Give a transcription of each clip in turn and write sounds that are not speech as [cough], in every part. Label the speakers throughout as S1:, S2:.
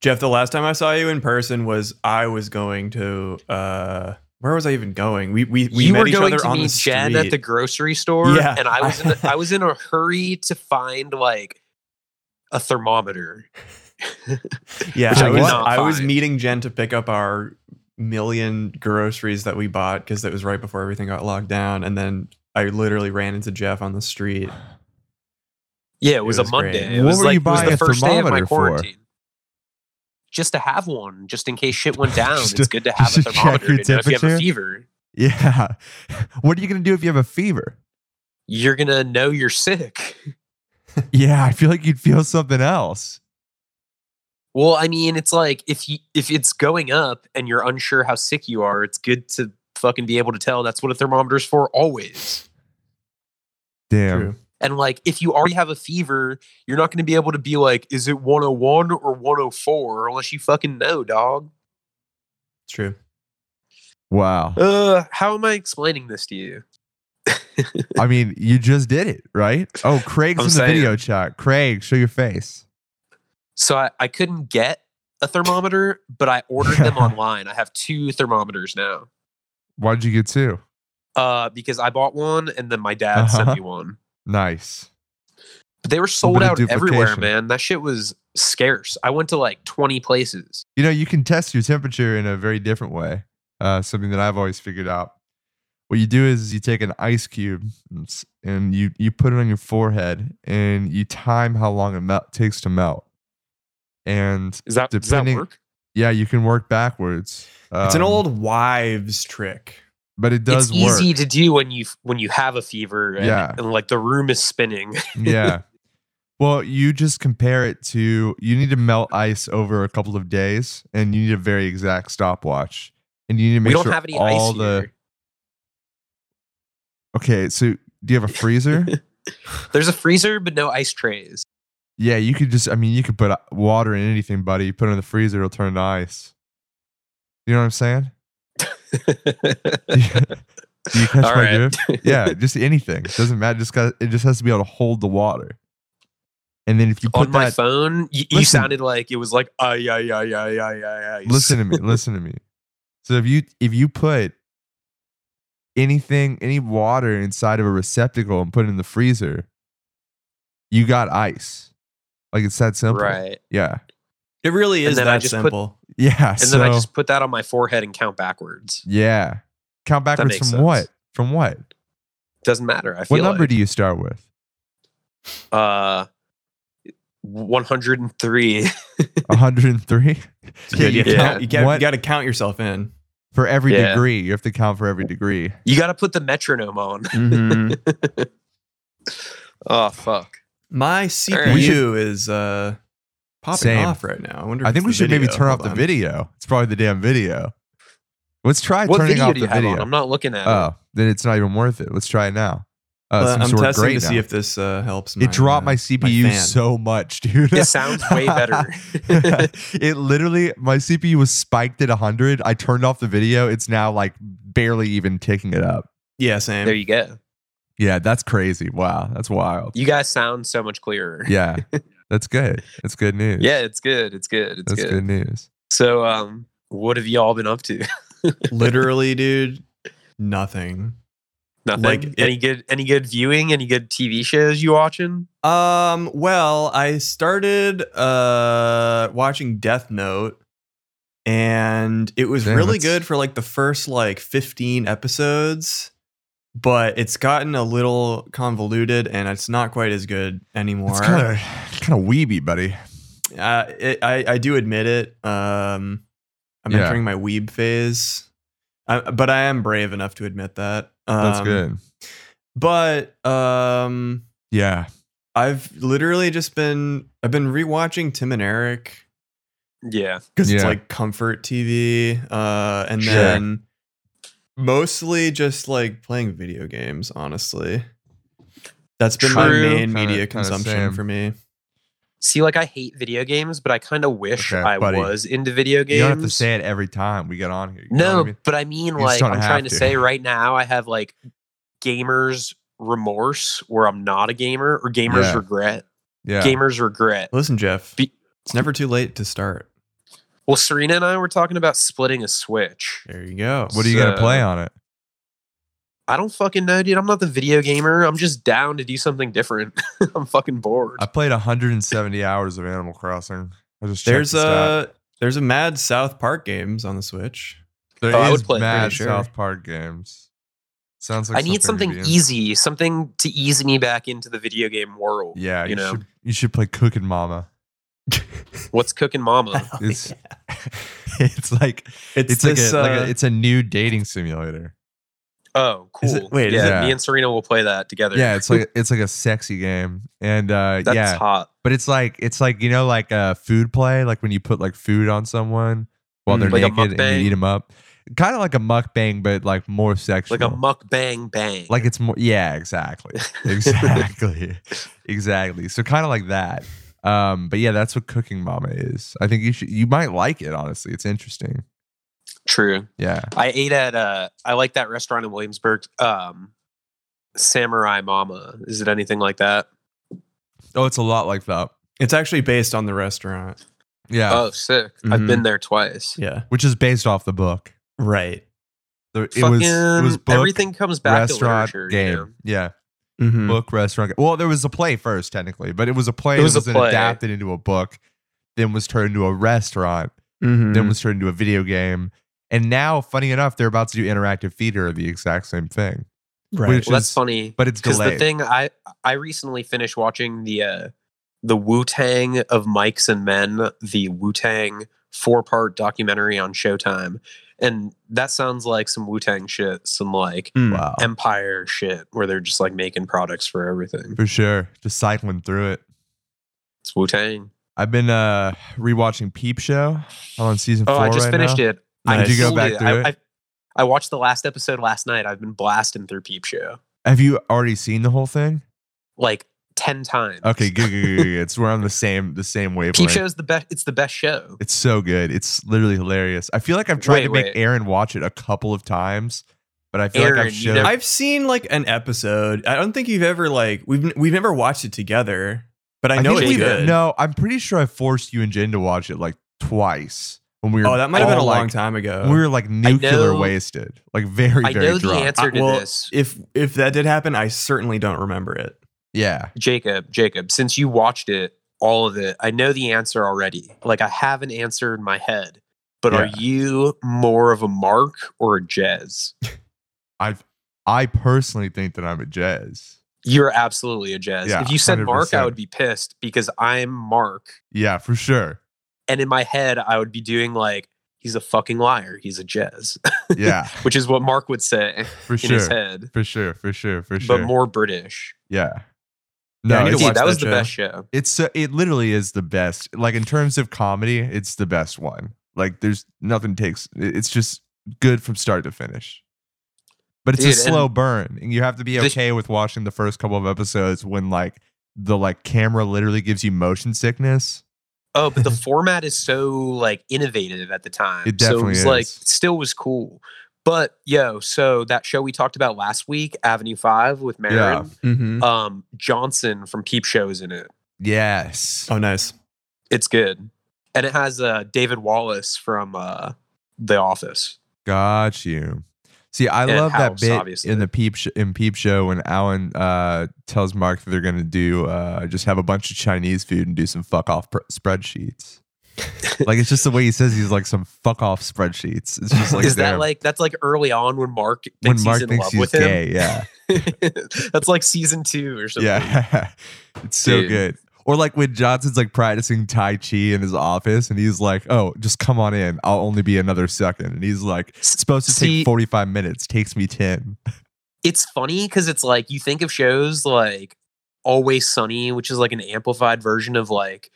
S1: Jeff, the last time I saw you in person was I was going to uh where was I even going? We we we
S2: you
S1: met
S2: were
S1: each
S2: going
S1: other
S2: to
S1: on
S2: meet
S1: the
S2: Jen
S1: street.
S2: at the grocery store,
S1: Yeah.
S2: and I was in
S3: [laughs]
S2: a, I was in a hurry to find like a thermometer. [laughs]
S1: yeah,
S2: which
S1: I
S2: I
S1: was,
S2: could not
S1: I was
S2: find.
S1: meeting Jen to pick up our million groceries that we bought because it was right before everything got locked down, and then I literally ran into Jeff on the street.
S2: Yeah, it was,
S1: was
S2: a
S1: great.
S2: Monday. It
S3: What
S2: was
S3: were
S2: like
S3: you
S2: it was
S3: buying
S2: the
S3: a
S2: first day of my
S3: thermometer for?
S2: quarantine. Just to have one, just in case shit
S3: [laughs]
S2: went down.
S3: Just
S2: it's
S3: to-
S2: good to have
S3: just
S2: a
S3: to check
S2: thermometer
S3: your
S2: to know if you have a
S3: temperature?
S2: fever.
S3: Yeah. [laughs] What are you gonna do if you have a fever?
S2: You're gonna know you're sick.
S3: Yeah, I feel like you'd feel something else.
S2: Well, I mean, it's like if you if it's going up and you're unsure how sick you are, it's good to fucking be able to tell. That's what a thermometer's for always.
S3: Damn.
S1: True.
S2: And like, if you already have a fever, you're not going to be able to be like, is it 101 or 104 unless you fucking know, dog.
S1: It's true.
S2: [laughs]
S3: Wow.
S2: Uh, how am I explaining this to you?
S3: I mean, you just did it, right? Oh, Craig's
S2: I'm
S3: in the
S2: saying.
S3: video chat. Craig, show your face.
S2: So I, I couldn't get a thermometer, but I ordered [laughs] them online. I have two thermometers now
S3: Why did you get two?
S2: uh, because I bought one and then my dad
S3: Uh-huh.
S2: sent me one.
S3: Nice.
S2: But they were sold
S3: bit of
S2: out everywhere,
S3: duplication.
S2: man. That shit was scarce. I went to like 20 places.
S3: You know, you can test your temperature in a very different way. Uh, something that I've always figured out. What you do is you take an ice cube and s- and you you put it on your forehead and you time how long it mel- takes to melt. And
S2: Is that, does that
S3: Depending-
S2: work?
S3: yeah, you can work backwards.
S1: it's an
S3: Um,
S1: old wives trick.
S3: but it does
S2: it's
S3: work.
S2: easy to do when you when you have a fever and,
S3: Yeah.
S2: and like the room is spinning.
S3: yeah. [laughs] Well, you just compare it to you need to melt ice over a couple of days and you need a very exact stopwatch. And you need to make
S2: we don't
S3: sure
S2: have any
S3: all
S2: ice
S3: the
S2: here.
S3: Okay, so do you have
S2: [laughs]
S3: a freezer?
S2: There's a freezer, but no ice trays. [laughs]
S3: yeah, you could just I mean, you could put uh, water in anything, buddy. You put it in the freezer, it'll turn to ice. You know what I'm saying? Do you, do [laughs] you catch
S2: All
S3: my
S2: right. [laughs]
S3: drift? Yeah, just anything. doesn't matter. Just got it just has to be able to hold the water. And then if you put
S2: On my
S3: that
S2: phone, y- you
S3: Listen.
S2: sounded like it was like ay ay ay ay ay ay. ay.
S3: listen to me listen to me so if you if you put anything any water inside of a receptacle and put it in the freezer you got ice like it's that simple
S2: right?
S3: yeah
S1: It really
S2: And
S1: is
S2: then I
S1: that
S2: just put-
S1: simple.
S3: yeah
S2: And
S3: so
S2: then I just put that on my forehead and count backwards.
S3: yeah count backwards from
S2: makes
S3: what
S2: sense.
S3: from what
S2: Doesn't matter. I feel
S3: what number
S2: like,
S3: do you start with
S2: uh, one hundred and three. [laughs]
S3: 103
S1: yeah,
S3: [laughs] you
S1: you,
S2: [laughs] yeah.
S1: Count, you, got,
S3: What-
S1: you got to count yourself in.
S3: for every
S2: Yeah.
S3: degree you have to count for every degree
S2: You got to put the metronome on.
S1: Mm-hmm.
S2: Oh fuck!
S1: My
S2: We
S1: CPU is uh, popping
S3: Same.
S1: off right now. I wonder. if
S3: [laughs] i think
S1: it's
S3: we
S1: the
S3: should maybe
S1: video.
S3: turn off
S1: Hold
S3: the
S1: on.
S3: video it's probably the damn video let's try
S2: What
S3: turning
S2: video
S3: off
S2: do
S3: the
S2: you have
S3: video
S2: on? I'm not looking at it.
S3: Oh, then it's not even worth it. Let's try it now. Uh,
S1: Uh,
S3: since
S1: I'm
S3: we're
S1: testing
S3: great
S1: to see
S3: now.
S1: if this uh, helps.
S3: it
S1: uh,
S3: dropped my CPU
S1: fan.
S3: so much, dude.
S2: It sounds
S3: [laughs]
S2: way better.
S3: it literally, my CPU was spiked at 100. I turned off the video. It's now like barely even ticking it up.
S1: Yeah, same.
S2: there you go.
S3: Yeah, that's crazy. Wow, that's wild.
S2: You guys sound so much clearer.
S3: Yeah, that's good. That's good news.
S2: Yeah, it's good. It's good. It's
S3: that's
S2: good.
S3: good. news.
S2: So, um, what have y'all been up to?
S1: Literally, dude, nothing.
S2: Nothing.
S1: Like, it-
S2: any good any good viewing? Any good TV shows you watching?
S1: Um, well, I started uh watching Death Note and it was
S3: Damn,
S1: really
S3: that's-
S1: good for like the first like 15 episodes, but it's gotten a little convoluted and it's not quite as good anymore.
S3: It's kind of kind of weeby, buddy.
S1: uh, it, I I do admit it. Um, I'm
S3: Yeah.
S1: entering my weeb phase, I, but I am brave enough to admit that. Um,
S3: That's good.
S1: But um,
S3: Yeah,
S1: I've literally just been I've been rewatching Tim and Eric
S2: Yeah.
S1: because it's
S3: Yeah.
S1: like comfort TV, uh, and
S3: Sure.
S1: then mostly just like playing video games. Honestly, that's been
S2: True.
S1: my main
S3: Kinda-
S1: media
S3: kinda
S1: consumption
S3: same.
S1: for me.
S2: See, like I hate video games, but I kind of wish
S3: Okay,
S2: I
S3: buddy.
S2: was into video games.
S3: you don't have to say it every time we get on here. You know
S2: no,
S3: what I mean?
S2: but I mean,
S3: You just
S2: like
S3: don't
S2: I'm
S3: have
S2: trying to.
S3: to.
S2: say right now, I have like gamers remorse, where I'm not a gamer, or gamers
S3: Yeah.
S2: regret.
S3: yeah.
S2: Gamers regret.
S1: Listen, Jeff,
S2: Be-
S1: it's never too late to start.
S2: Well, Serena and I were talking about splitting a Switch.
S1: There you go.
S3: What are you gonna play
S2: So-
S3: on it?
S2: I don't fucking know, dude. I'm not the video gamer. I'm just down to do something different. [laughs] I'm fucking bored.
S3: I played 170 hours of Animal Crossing. I just checked
S1: There's uh,
S3: the stat.
S1: a there's a Mad South Park games on the Switch.
S3: there
S2: Oh, I would
S3: is
S2: play it,
S3: mad
S1: pretty sure.
S3: South Park games. Sounds like
S2: I need something
S3: something you'd be in.
S2: easy, something to ease me back into the video game world.
S3: Yeah,
S2: you
S3: you,
S2: know.
S3: should you should play Cooking Mama.
S2: What's cooking,
S3: [laughs]
S2: mama?
S3: It's it's like
S1: It's,
S3: it's, like,
S1: this,
S3: a, like
S1: uh,
S3: a, it's a new dating simulator.
S2: Oh, cool.
S1: Is it- wait,
S3: is
S2: yeah,
S3: it-
S2: me and Serena will play that together.
S3: Yeah, it's like it's like a sexy game, and uh,
S2: [laughs] that's
S3: yeah,
S2: hot.
S3: but it's like it's like you know like uh, food play, like when you put like food on someone while they're
S1: Mm.
S2: Like a
S3: naked and
S2: mukbang?
S3: you eat them up, kind of like a mukbang, but like more sexual,
S2: Like a mukbang bang. [laughs]
S3: like it's more yeah exactly exactly exactly so kind of like that um but yeah that's what cooking mama is i think you should you might like it honestly it's interesting
S2: true.
S3: yeah
S2: I ate at uh I like that restaurant in Williamsburg. Um Samurai Mama. Is it anything like that?
S3: oh it's a lot like that
S1: it's actually based on the restaurant.
S3: yeah Mm-hmm.
S2: Oh, sick. I've
S1: Mhm.
S2: been there twice.
S1: Yeah.
S3: which is based off the book
S1: Right.
S3: The- it
S2: Fucking
S3: was it was book
S2: everything comes back
S3: restaurant
S2: to literature.
S3: game
S2: You know?
S3: yeah
S1: Mhm.
S3: book restaurant well there was a play first technically but it was a play
S2: Mm-hmm. It was a
S3: that
S2: play.
S3: adapted into a book then was turned into a restaurant
S1: Mhm.
S2: Mm-hmm.
S3: then was turned into a video game and now funny enough they're about to do interactive theater the exact same thing
S1: right.
S3: which-
S2: Well, that's
S3: is-
S2: funny.
S3: but it's
S2: Because the
S3: delayed.
S2: thing I I recently finished watching the uh the Wu Tang of Mikes and Men, the Wu Tang four part documentary on Showtime. And that sounds like some Wu Tang shit, some like
S1: Mm.
S3: wow,
S2: empire shit where they're just like making products for everything.
S3: for sure. Just cycling through it.
S2: It's Wu Tang.
S3: I've been uh rewatching Peep Show. I'm on season
S2: Oh,
S3: four.
S2: I just
S3: right
S2: finished
S3: now.
S2: it. I
S1: Did you go
S2: sold
S3: back
S2: it.
S3: through it?
S2: I, I, I watched the last episode last night. I've been blasting through Peep Show
S3: Have you already seen the whole thing?
S2: like ten times.
S3: Okay, good, good, good, good, good. It's we're on the same the
S2: [laughs]
S3: same
S2: Peep
S3: wavelength.
S2: Show is the best. It's the best show.
S3: It's so good. It's literally hilarious. I feel like I've tried
S2: Wait,
S3: to make
S2: wait.
S3: Aaron watch it a couple of times, but I feel like
S2: Aaron, you
S3: I've showed.
S2: never-
S1: I've seen like an episode. I don't think you've ever like we've we've never watched it together, but I know
S3: think
S1: it's
S3: we-
S1: good.
S3: No, I'm pretty sure I forced you and Jen to watch it like twice when we were.
S1: oh, that might have been a
S3: all,
S1: long
S3: like-
S1: time ago.
S3: We were like nuclear
S2: know-
S3: wasted, like very,
S2: I
S3: very
S2: know the
S3: drunk.
S2: answer to
S1: Uh, well,
S2: this,
S1: if if that did happen, I certainly don't remember it.
S3: Yeah,
S2: Jacob. Jacob, since you watched it, all of it, I know the answer already. Like I have an answer in my head. But are
S3: Yeah.
S2: you more of a Mark or a Jez?
S3: I, I personally think that I'm a jazz.
S2: You're absolutely a Jez.
S3: Yeah,
S2: if you said Mark, I
S3: 100%.
S2: would be pissed because I'm Mark
S3: Yeah, for sure.
S2: and in my head i would be doing like he's a fucking liar he's a jez [laughs]
S3: Yeah,
S2: which is what mark would say
S3: for
S2: in his
S3: sure.
S2: head
S3: For sure, for sure, for sure.
S2: but more british
S3: yeah.
S1: I
S3: No,
S1: need to
S2: Dude,
S3: it's,
S1: watch
S2: that was
S1: that
S2: the
S1: show.
S2: best show
S3: it's so- it literally is the best. Like in terms of comedy, it's the best one. Like there's nothing takes it- it's just good from start to finish. But it's a
S2: Dude, and-
S3: slow burn and you have to be
S2: This-
S3: okay with watching the first couple of episodes when like the like camera literally gives you motion sickness.
S2: oh
S3: [laughs]
S2: but the format is so like innovative at the time
S3: It
S2: so it
S3: definitely
S2: was like
S3: is.
S2: still was cool but yo so that show we talked about last week avenue 5 with Marin,
S1: Mm-hmm.
S2: um johnson from peep show is in it
S3: Yes.
S1: Oh, nice.
S2: it's good and it has uh david wallace from uh the office
S3: Got you. See, I
S2: And
S3: love
S2: House,
S3: that bit
S2: obviously.
S3: in the peep sh- in peep show when Alan uh, tells Mark that they're gonna do uh, just have a bunch of Chinese food and do some fuck off pr-
S2: [laughs]
S3: spreadsheets. like it's just the way he says he's like some fuck off spreadsheets. It's just [laughs] like
S2: is that
S3: damn.
S2: like that's like early on when Mark thinks
S3: when Mark
S2: he's in
S3: thinks
S2: love
S3: he's
S2: with
S3: gay?
S2: [laughs]
S3: Yeah,
S2: him? that's like season two or something.
S3: yeah, [laughs] it's so
S2: Dude.
S3: good. Or like when Johnson's like practicing Tai Chi in his office, and he's like, "Oh, just come on in. I'll only be another second. And he's like, "It's "Supposed to
S2: See-
S3: take forty five minutes. Takes me ten. [laughs]
S2: It's funny because it's like you think of shows like Always Sunny, which is like an amplified version of like,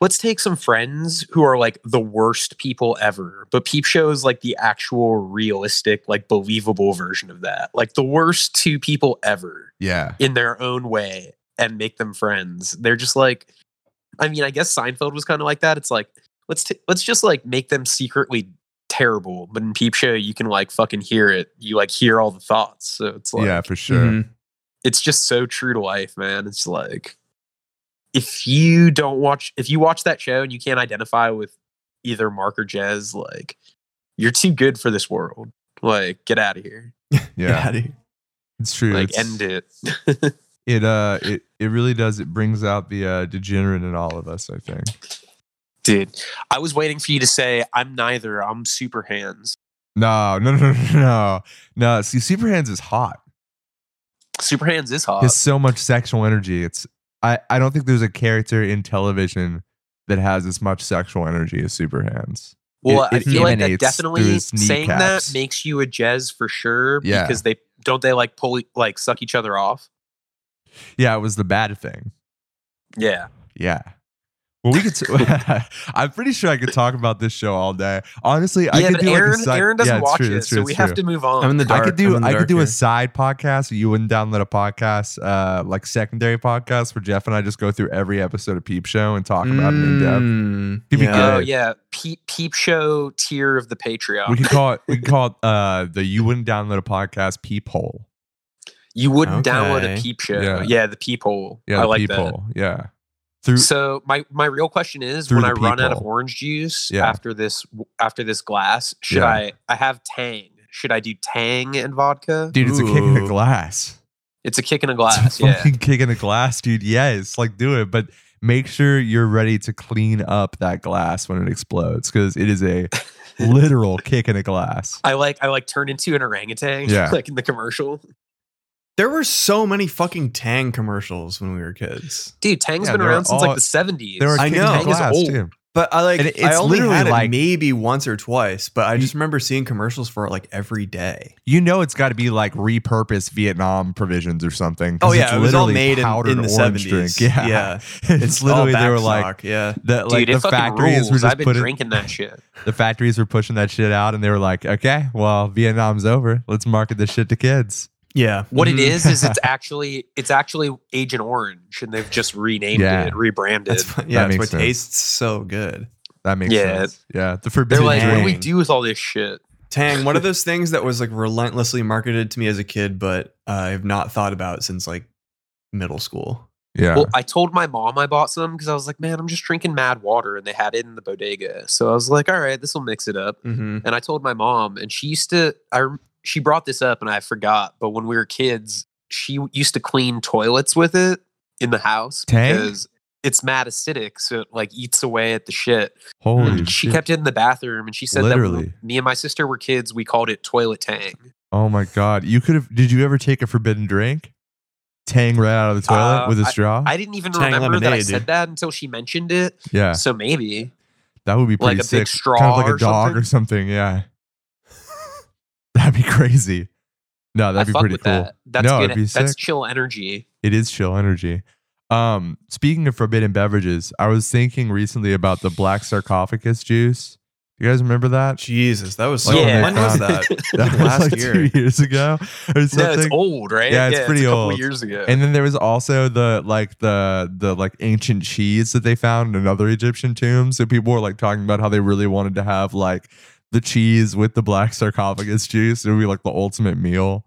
S2: let's take some friends who are like the worst people ever. But Peep Show is like the actual realistic, like believable version of that. Like the worst two people ever.
S3: Yeah,
S2: in their own way and make them friends. They're just like, I mean, I guess Seinfeld was kind of like that. It's like let's t- let's just like make them secretly terrible, but in Peep Show you can like fucking hear it. You like hear all the thoughts. So it's like
S3: yeah, for sure."
S1: Mhm.
S2: it's just so true to life, man. It's like if you don't watch if you watch that show and you can't identify with either Mark or Jez, like, you're too good for this world. Like, get out of here.
S3: Yeah,
S1: Daddy.
S3: it's true.
S2: Like,
S3: It's-
S2: end it. [laughs]
S3: it uh it, it really does it brings out the uh degenerate in all of us i think
S2: Dude, I was waiting for you to say, I'm neither. I'm super hands.
S3: no no [laughs] no no no no see super hands is hot
S2: Super hands is hot.
S3: has so much sexual energy it's i i don't think there's a character in television that has as much sexual energy as super hands
S2: Well,
S3: It-
S2: I
S3: it
S2: feel like that
S3: emanates through
S2: definitely
S3: his
S2: saying that
S3: kneecaps.
S2: makes you a Jez for sure
S3: Yeah.
S2: because they don't they like pull e, like suck each other off.
S3: yeah it was the bad thing
S2: Yeah,
S3: yeah well
S2: [laughs]
S3: we could i [laughs] i'm pretty sure i could talk about this show all day honestly i
S2: yeah,
S3: could
S2: but
S3: do
S2: Aaron,
S3: like a side-
S2: Aaron doesn't
S3: yeah, it's
S2: watch
S3: true,
S2: it,
S3: it's true,
S2: so
S3: it's
S2: we have
S3: true.
S2: to move on.
S1: I'm in the dark.
S3: I could
S1: I'm
S3: do
S1: in the
S3: I could
S1: dark
S3: do a
S1: here.
S3: side podcast. You wouldn't download a podcast, uh, like secondary podcast, where Jeff and I just go through every episode of Peep Show and talk about it in depth.
S1: Mm,
S3: Could be
S1: yeah.
S2: Oh
S3: good.
S2: yeah, peep, peep show tier of the Patreon.
S3: We could call it we could call it uh, the you wouldn't download a podcast peephole.
S2: you wouldn't download a
S1: Okay.
S2: peep show.
S3: Yeah.
S2: Yeah, the peephole.
S3: Yeah,
S2: I
S3: the
S2: like
S3: peephole. Yeah, through
S2: that. So my my real question is,
S3: Through
S2: when I
S3: the
S2: run out of
S3: peephole.
S2: orange juice
S3: Yeah.
S2: after this after this glass, should
S3: Yeah.
S2: I I have Tang? Should I do Tang and vodka?
S3: dude, it's a kick in the
S1: Ooh.
S3: glass.
S2: It's a kick in a
S3: It's
S2: glass.
S3: a
S2: Yeah.
S3: fucking kick in the glass, dude. Yes, like do it, but make sure you're ready to clean up that glass when it explodes because it is a literal kick in a glass.
S2: I like I like turn into an orangutan,
S3: Yeah.
S2: [laughs] like in the commercial.
S1: There were so many fucking Tang commercials when we were kids.
S2: Dude, Tang's
S3: Yeah,
S2: been
S3: there are
S2: around since
S3: all-
S2: like the seventies.
S3: There are
S1: I
S3: kick
S1: know.
S3: in the
S2: Tang is
S3: glass
S2: old.
S3: too.
S1: But I like
S3: And it-
S1: I
S3: it's
S1: only
S3: literally
S1: had it
S3: like-
S1: maybe once or twice, but I just remember seeing commercials for it like every day.
S3: You know it's got to be like repurposed Vietnam provisions or something. 'cause
S1: Oh,
S3: it's
S1: yeah, it was all
S3: literally
S1: made in-
S3: powdered
S1: in the
S3: orange
S1: 70s. [laughs]
S3: Yeah,
S1: Yeah.
S3: [laughs] it's, literally
S1: all
S3: they were
S1: back
S3: like
S1: stock, yeah.
S3: the
S2: Dude,
S3: like
S2: it
S3: the
S2: fucking
S3: factories were
S2: rules.
S3: just
S2: I've been
S3: putting
S2: drinking that shit.
S3: the factories were pushing that shit out, and they were like, okay, well Vietnam's over. Let's market this shit to kids.
S1: Yeah.
S2: What it
S3: Mm-hmm.
S1: Mhm.
S2: is is it's actually it's actually Agent Orange, and they've just renamed
S3: Yeah.
S2: it, rebranded.
S1: That's why- yeah,
S3: makes
S1: that's why it
S3: sense.
S1: tastes so good.
S3: That makes
S2: Yeah.
S3: sense. Yeah, the
S2: They're
S3: forbidden
S2: like, what do
S3: drink.
S2: we
S1: Tang.
S2: do with all this shit?
S1: Tang, one of those things that was like relentlessly marketed to me as a kid, but I have not thought about since like middle school.
S3: yeah,
S2: Well, I told my mom I bought some because I was like, man, I'm just drinking mad water, and they had it in the bodega. So I was like, all right, this will mix it up.
S1: Mm-hmm.
S2: and I told my mom, and she used to. I rem- she brought this up, and I forgot. But when we were kids, she w- used to clean toilets with it in the house
S3: Tang?
S2: because it's mad acidic, so it like eats away at the shit.
S3: holy
S2: And mm, she
S3: shit.
S2: kept it in the bathroom, and she said that
S3: Literally.
S2: when me and my sister were kids, we called it toilet tang.
S3: oh my god, you could have. Did you ever take a forbidden drink? Tang right out of the toilet
S2: Uh,
S3: with a straw.
S2: I didn't even
S1: Tang
S2: remember that I
S1: lemonade,
S2: said
S1: dude.
S2: that until she mentioned it.
S3: yeah,
S2: So maybe
S3: That would be
S2: Like
S3: pretty
S2: a
S3: sick.
S2: big straw
S3: kind of like a
S2: or
S3: dog or something. Yeah, [laughs] that'd be crazy. No,
S2: I
S3: that'd be
S2: fuck
S3: pretty
S2: with
S3: cool.
S2: that. That's
S3: No, it'd
S2: good.
S3: be
S2: That's
S3: sick.
S2: chill energy.
S3: It is chill energy. Um, speaking of forbidden beverages, I was thinking recently about the black sarcophagus juice. You guys remember that?
S1: Jesus, that was so
S2: when
S3: Like
S2: they [laughs]
S1: when was
S3: found-
S1: that?
S3: [laughs] That was
S1: Last
S3: like
S1: year.
S3: two years ago or something.
S2: No, it's old, right?
S3: Yeah, it's pretty
S2: a couple
S3: old.
S2: Years ago.
S3: [laughs] And then there was also the like the the like ancient cheese that they found in another Egyptian tomb. So people were like talking about how they really wanted to have like the cheese with the black sarcophagus juice. It would be like the ultimate meal.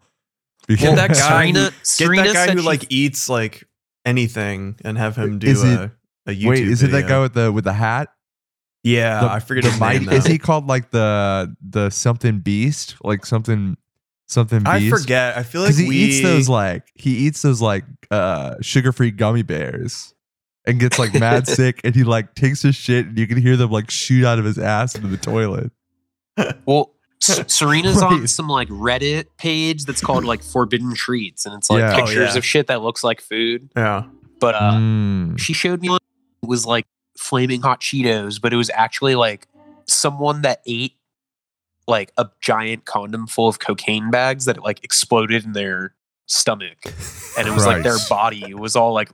S1: Well, that
S3: Because- [laughs]
S1: guy
S2: Serena,
S1: Get
S2: Serena
S1: that guy
S2: said
S1: who
S2: she-
S1: like eats like anything and have him do
S3: Is it-
S1: a, a YouTube.
S3: Wait, is it that guy
S1: video.
S3: with the with the hat?
S1: Yeah,
S3: The-
S1: I forget
S3: the
S1: his
S3: mighty-
S1: name.
S3: Is
S1: now.
S3: he called like the the something beast? Like something something beast?
S1: I forget. I feel like
S3: Because he
S1: we
S3: eats those like he eats those like uh sugar free gummy bears and gets like
S1: [laughs]
S3: mad sick and he like takes his shit and you can hear them like shoot out of his ass into the toilet.
S2: Well, S-
S1: [laughs]
S2: Serena's on
S3: Right.
S2: some like Reddit page that's called like Forbidden Treats, and it's like
S3: Yeah. Oh,
S2: pictures
S1: yeah.
S2: of shit that looks like food.
S1: yeah.
S2: But uh,
S3: Mm.
S2: she showed me one that was like flaming hot Cheetos, but it was actually like someone that ate like a giant condom full of cocaine bags that like exploded in their stomach, and it was like their
S3: Christ.
S2: body was all like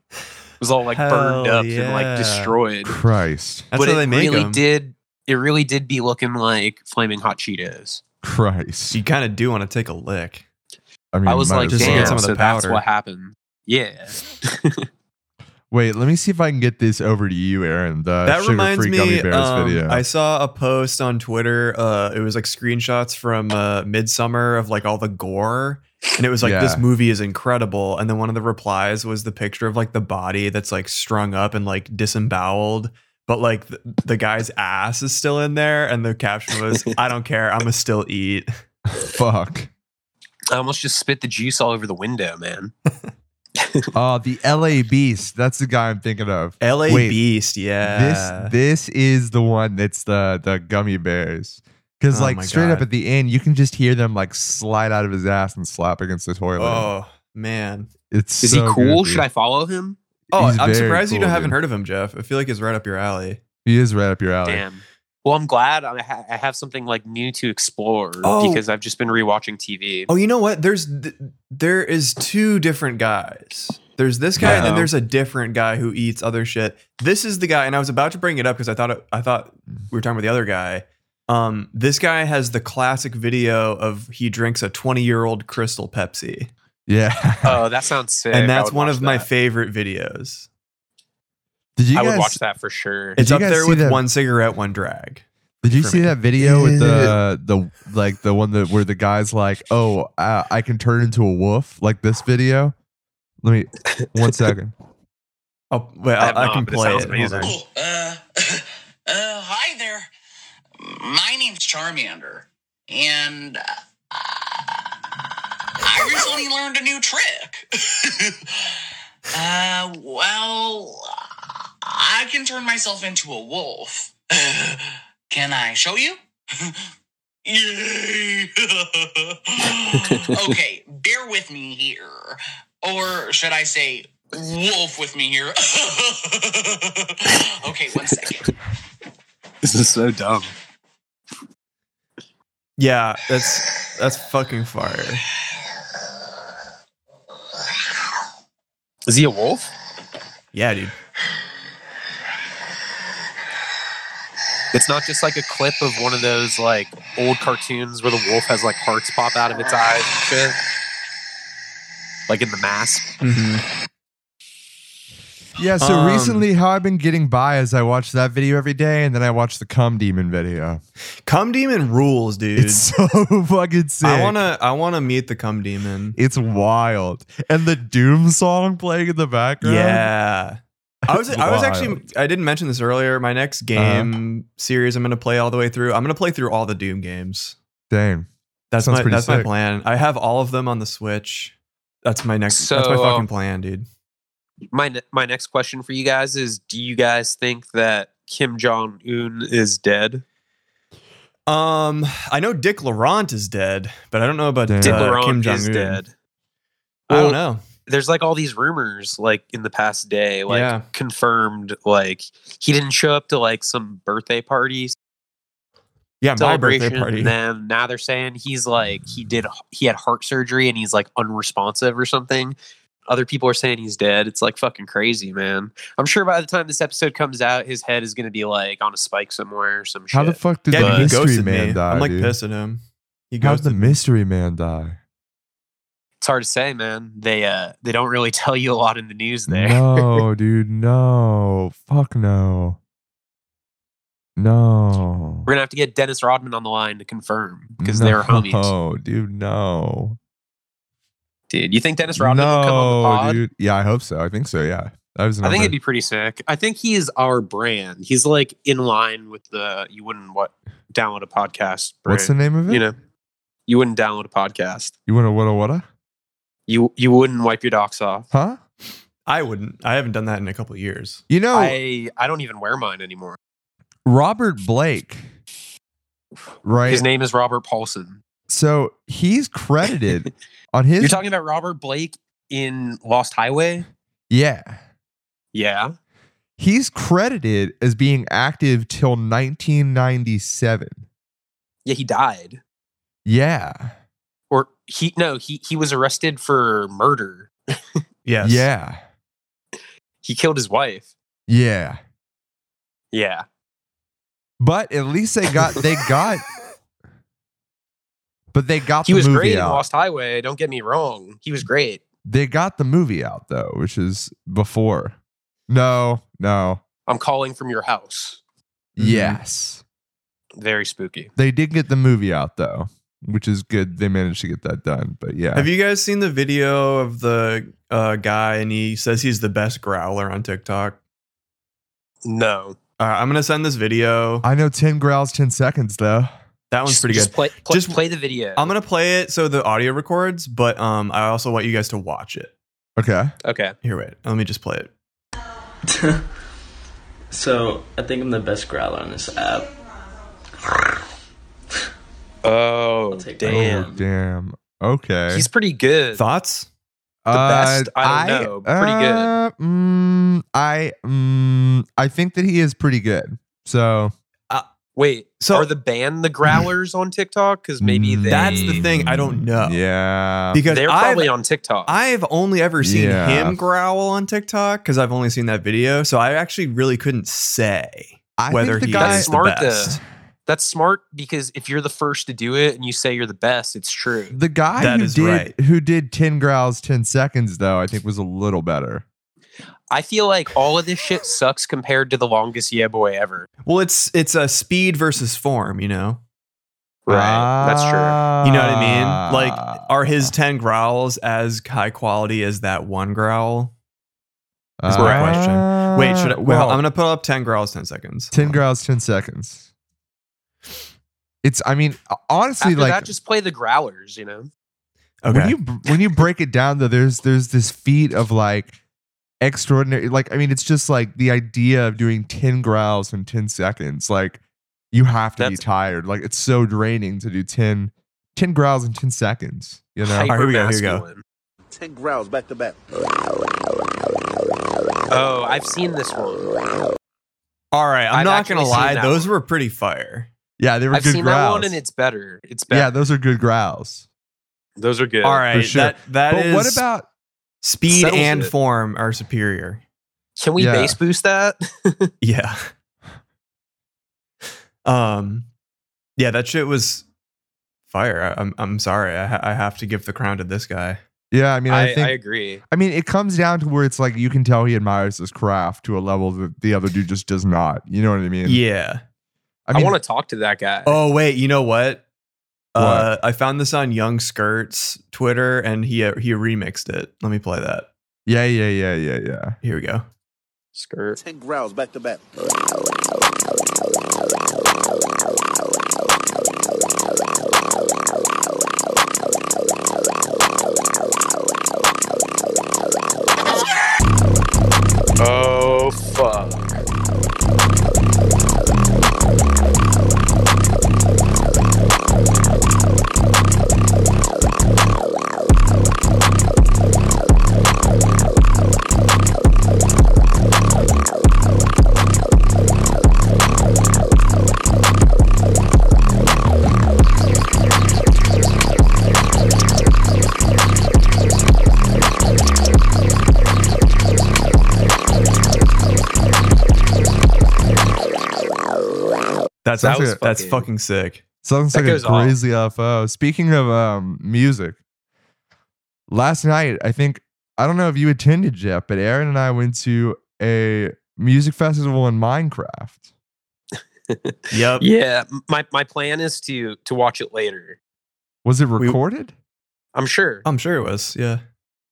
S2: was all like burned
S1: Hell
S2: up and like
S1: yeah.
S2: destroyed.
S3: Christ.
S1: That's
S2: but
S1: how
S2: it
S1: they make
S2: really
S1: them.
S2: did. It really did be looking like flaming hot Cheetos.
S3: Christ.
S1: You kind of do want to take a lick.
S3: mean,
S2: I was
S3: might
S2: like,
S3: as
S1: just
S2: damn,
S1: get some of the
S2: so that's
S1: powder."
S2: what happened. Yeah. [laughs]
S3: Wait, let me see if I can get this over to you, Aaron. The
S1: that
S3: sugar
S1: reminds
S3: free gummy
S1: me.
S3: bears
S1: um,
S3: video.
S1: I saw a post on Twitter. Uh, it was like screenshots from uh, Midsummer of like all the gore, and it was like
S3: Yeah.
S1: this movie is incredible. And then one of the replies was the picture of like the body that's like strung up and like disemboweled but like the, the guy's ass is still in there, and the caption
S3: [laughs]
S1: was, "I don't care, I'm gonna still eat." [laughs]
S3: Fuck.
S2: I almost just spit the juice all over the window, man.
S3: Oh, the LA Beast. That's the guy I'm thinking of.
S1: La
S3: Wait,
S1: Beast, yeah.
S3: This this is the one that's the the gummy bears. Because
S1: Oh
S3: like
S1: my
S3: straight up
S1: God.
S3: at the end, you can just hear them like slide out of his ass and slap against the toilet.
S1: oh man.
S3: it's
S2: Is
S3: so
S2: he cool?
S3: goofy.
S2: Should I follow him?
S1: Oh,
S3: He's
S1: I'm
S3: very
S1: surprised you
S3: cool,
S1: haven't
S3: dude.
S1: heard of him, Jeff. I feel like he's right up your alley.
S3: He is right up your alley.
S2: Damn. Well, I'm glad I, ha- I have something like new to explore
S1: Oh.
S2: because I've just been rewatching TV.
S1: Oh, you know what? There's th- there is two different guys. There's this guy, and then
S2: Uh-oh.
S1: there's a different guy who eats other shit. This is the guy, and I was about to bring it up because I thought it, I thought we were talking about the other guy. Um, this guy has the classic video of he drinks a 20 year old Crystal Pepsi,
S3: Yeah.
S2: Oh, that sounds sick. I
S1: and that's
S2: would
S1: one
S2: watch
S1: of my
S2: that.
S1: favorite videos.
S3: [laughs] did you
S2: I would
S3: guys-
S2: watch that for sure.
S1: It's
S3: you
S1: up
S3: guys
S1: there
S3: see
S1: with
S3: that-
S1: one cigarette, one drag.
S3: Did you
S1: for
S3: see
S1: me.
S3: that video with [laughs] the the like the one that where the guy's like, "Oh, I, I can turn into a wolf," like this video? Let me one second.
S1: Oh, wait,
S2: I have
S1: I, I
S2: not,
S1: can
S2: but it
S1: play
S2: sounds
S1: it. Hold
S2: amazing.
S1: on.
S4: Oh, uh, [laughs] uh, hi there. My name's Charmander, and uh, I recently learned a new trick. [laughs] uh, well, I can turn myself into a wolf. [laughs] can I show you? [laughs] Yay! [laughs] okay, bear with me here. Or should I say, wolf with me here? [laughs] okay, one second.
S2: This is so dumb.
S1: Yeah, that's that's fucking fire.
S2: Is he a wolf?
S1: Yeah, dude.
S2: It's not just like a clip of one of those like old cartoons where the wolf has like hearts pop out of its eyes and shit. Like in the mask.
S1: Mhm.
S3: [laughs] Yeah, so
S1: Um,
S3: recently how I've been getting by is I watch that video every day and then I watch the cum demon video.
S1: Cum demon rules, dude.
S3: It's so [laughs] fucking sick.
S1: I wanna I wanna meet the cum demon.
S3: it's wild. And the doom song playing in the background.
S1: Yeah. I was I was
S3: Wild. Uh-huh.
S1: actually I didn't mention this earlier. My next game series I'm gonna play all the way through. I'm gonna play through all the Doom games.
S3: Dang.
S1: That's
S3: Sounds
S1: my
S3: pretty
S1: that's my
S3: sick.
S1: plan. I have all of them on the Switch. That's my next that's my
S2: So,
S1: fucking
S2: um,
S1: plan, dude.
S2: My ne- my next question for you guys is: Do you guys think that Kim Jong Un is dead?
S1: Um I know Dick Laurent is dead, but I don't know about
S3: Damn.
S2: Dick
S1: uh,
S2: Laurent
S1: Kim Jong
S2: is
S1: Un.
S2: dead.
S1: I
S2: Well,
S1: don't know.
S2: There's like all these rumors, like in the past day, like
S1: Yeah.
S2: confirmed, like he didn't show up to like some birthday party
S1: Yeah, my birthday
S2: celebration.
S1: party.
S2: And
S3: [laughs]
S2: then now they're saying he's like he did he had heart surgery and he's like unresponsive or something. Other people are saying he's dead. It's like fucking crazy, man. I'm sure by the time this episode comes out, his head is gonna be like on a spike somewhere or some shit.
S3: How the fuck did
S1: Yeah,
S3: the
S1: dude, he
S3: mystery
S1: ghosted
S3: man
S1: me.
S3: die?
S1: I'm like
S3: dude?
S1: pissed at him. He
S3: How'd the
S1: ghosted
S3: mystery man die?
S2: it's hard to say, man. They uh they don't really [laughs] tell you a lot in the news there. [laughs]
S3: No, dude, no. Fuck no. No.
S2: We're gonna have to get Dennis Rodman on the line to confirm because they were homies.
S3: No, dude, no.
S2: Dude, you think Dennis Rodman will come on the pod?
S3: dude. Yeah, I hope so. I think so, yeah. That was
S2: I think
S3: another-
S2: it'd be pretty sick. I think he is our brand. He's like in line with the you wouldn't what download a podcast. Brand.
S3: What's the name of it?
S2: You know, you wouldn't download a podcast.
S3: You want a what a what a?
S2: You you wouldn't wipe your docs off.
S3: Huh?
S1: I wouldn't. I haven't done that in a couple years.
S3: You know,
S2: I I don't even wear mine anymore.
S3: Robert Blake, right?
S2: His name is Robert Paulson.
S3: so he's
S2: [laughs]
S3: credited on his.
S2: You're talking about Robert Blake in Lost Highway?
S3: yeah.
S2: Yeah.
S3: He's credited as being active till 1997.
S2: Yeah, he died.
S3: Yeah.
S2: Or he no, he he was arrested for murder.
S1: Yes.
S3: Yeah.
S2: He killed his wife.
S3: Yeah.
S2: Yeah.
S3: But at least they
S2: [laughs]
S3: got, they got, but they got
S2: he
S3: the
S2: was
S3: movie
S2: great in
S3: out.
S2: Lost Highway. Don't get me wrong. He was great.
S3: they got the movie out though, which is before. No, no.
S2: I'm calling from your house. Mm-hmm.
S1: Mhm.
S3: Yes.
S2: Very spooky.
S3: They did get the movie out though, which is good. They managed to get that done. But yeah,
S1: Have you guys seen the video of the uh, guy and he says he's the best growler on TikTok?
S2: No.
S1: All right, I'm gonna send this video.
S3: I know 10 growls, 10 seconds, though.
S1: That one's
S2: Just-
S1: pretty
S2: just
S1: good.
S2: Play, play,
S1: Just-
S2: play the video.
S1: I'm gonna play it so the audio records, but um, I also want you guys to watch it.
S3: Okay.
S2: okay.
S1: Here, wait. Let me just play it.
S5: [laughs] So I think I'm the best growler on this app.
S2: Oh,
S5: I'll take that
S2: damn.
S3: Oh, damn. Okay.
S2: He's pretty good.
S1: Thoughts?
S3: the
S2: best? I don't know. Pretty good.
S3: good. Mm, I mm, I think that he is pretty good. So
S2: Wait,
S1: So-
S2: so are the band the Growlers on TikTok? Because maybe
S3: Mm,
S2: they,
S1: That's the thing, I don't know.
S3: Yeah.
S1: Because
S2: They're
S1: I've-
S2: probably on TikTok.
S1: I've only ever seen
S3: Yeah.
S1: him growl on TikTok because I've only seen that video, so I actually really couldn't say
S3: I
S1: whether
S3: think
S1: he
S3: the guy.
S1: is
S3: uh,
S1: the
S2: Smart, though.
S1: best.
S2: That's smart because if you're the first to do it and you say you're the best, it's true.
S3: The guy
S1: That
S3: who
S1: is
S3: did
S1: right.
S3: who did ten growls, ten seconds though, I think was a little better.
S2: I feel like all of this shit sucks compared to the longest yeah boy ever.
S1: Well, it's it's a speed versus form, you know.
S2: That's true.
S1: You know what I mean? Like,
S3: Ah.
S1: are his ten growls as high quality as that one growl? is my
S3: Uh,
S1: question. Wait, should I, well, I'm gonna put up ten growls, ten seconds.
S3: ten growls, ten seconds. It's. I mean, honestly,
S2: After
S3: like
S2: that, just play the Growlers. You know,
S1: Okay.
S3: When you br- when you break it down though, there's there's this feat of like extraordinary. Like I mean, it's just like the idea of doing ten growls in ten seconds. Like you have to be
S2: That's-
S3: tired. Like it's so draining to do 10, 10 growls in ten seconds. You know.
S1: Alright, here we go, here we go.
S2: Hypermasculine.
S6: 10 growls back to back.
S2: Oh, I've seen this one.
S1: All right, I'm
S2: I've
S1: not gonna
S2: actually seen
S1: lie,
S2: that
S1: those
S2: one.
S1: were pretty fire.
S3: Yeah, they were
S2: I've
S3: good
S2: seen that
S3: growls.
S2: one and it's better. It's better.
S3: yeah, those are good growls.
S2: those are good.
S1: All right,
S3: sure.
S1: that that
S3: but
S1: is
S3: what about
S1: speed
S2: Settles
S1: and
S2: it.
S1: form are superior.
S2: Can we
S3: Yeah.
S2: base boost that? [laughs]
S1: Yeah. [laughs] Um, yeah, that shit was fire. I, I'm I'm sorry. I ha- I have to give the crown to this guy.
S3: yeah? I mean, I,
S2: I,
S3: think
S2: I agree.
S3: I mean, it comes down to where it's like you can tell he admires this craft to a level that the other dude just does not. You know what I mean?
S1: Yeah.
S2: I,
S3: I mean,
S2: want to talk to that guy.
S1: Oh wait, you know what? Uh, I found this on Young Skirts Twitter, and he uh, he remixed it. Let me play that.
S3: yeah, yeah, yeah, yeah, yeah.
S1: Here we go.
S2: Skirt.
S6: 10 growls back to back.
S2: Oh fuck.
S1: That's
S3: That
S1: that's,
S3: was
S1: that's
S2: fucking-
S1: fucking sick.
S3: Sounds
S2: That
S3: like a
S2: goes off.
S3: crazy UFO. Speaking of um, music, last night I think I don't know if you attended yet, but Aaron and I went to a music festival in Minecraft.
S1: Yep.
S2: Yeah, m- my my plan is to to watch it later.
S3: Was it
S1: We-
S3: recorded?
S2: I'm sure.
S1: I'm sure it was. Yeah.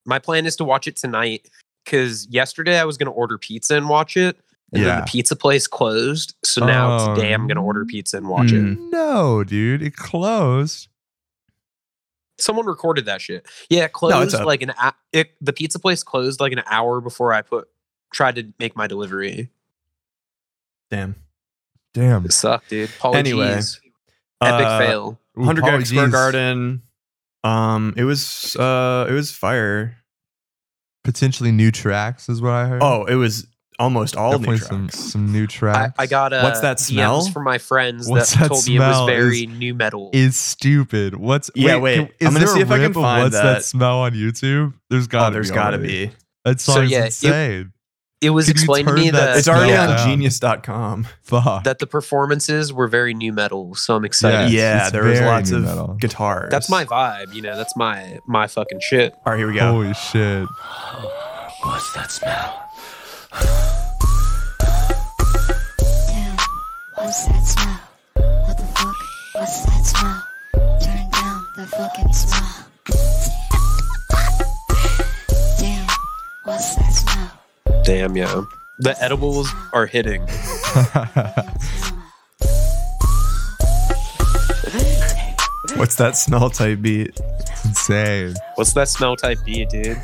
S2: my plan is to watch it tonight because yesterday I was going to order pizza and watch it, and then
S3: Yeah.
S2: the pizza place closed. So now
S3: Oh,
S2: today I'm going to order pizza and watch
S1: Mm.
S2: it.
S3: No, dude, it closed.
S2: Someone recorded that shit. Yeah, it
S1: No, it's
S2: closed
S1: up.
S2: like an hou- it, the pizza place closed like an hour before I put tried to make my delivery.
S1: Damn.
S3: Damn.
S2: It sucked, dude. Apologies.
S1: Anyway,
S2: Epic
S1: Uh,
S2: fail.
S3: Ooh,
S1: Hundred
S3: Polly
S1: Gag Square
S3: G's
S1: Garden. Um, it was uh, it was fire.
S3: Potentially new tracks is what I heard.
S1: Oh, it was almost all
S3: Definitely
S1: new
S3: some,
S1: tracks.
S3: some new
S2: I,
S3: tracks.
S2: I got uh,
S1: What's that
S2: DMs
S1: smell?
S2: from my friends
S3: What's
S2: that,
S3: that
S2: told me it was
S3: smell?
S2: very new metal.
S3: is stupid. What's
S1: Yeah, wait,
S3: can- is
S1: I'm gonna
S3: there
S1: see
S3: a
S1: if I can
S3: rip of
S1: find
S3: what's that.
S1: that.
S3: smell on YouTube? There's
S1: Oh,
S3: gotta
S1: there's
S3: be
S1: gotta
S3: already.
S1: be.
S3: That
S2: So,
S3: song's
S2: yeah, it-
S3: insane.
S2: it was
S3: Could you
S2: explained to
S3: turn
S2: me
S3: that
S2: that
S1: It's already
S3: Yeah.
S1: on
S3: down.
S1: genius.com.
S3: Fuck.
S2: that the performances were very new metal. So I'm excited.
S3: Yes,
S1: yeah,
S3: it's
S1: there was
S3: very
S1: lots
S3: new
S1: of
S3: metal.
S1: guitars.
S2: That's my vibe, you know. That's my my fucking shit.
S1: All right, here we go.
S3: Holy shit.
S5: What's that smell?
S7: Damn, what's that smell? What the fuck? What's that smell? Turn down the fucking smell. Damn, what's that smell?
S2: Damn, yeah. The edibles are hitting.
S1: What's that smell type beat?
S3: Insane.
S2: What's that smell type B, dude?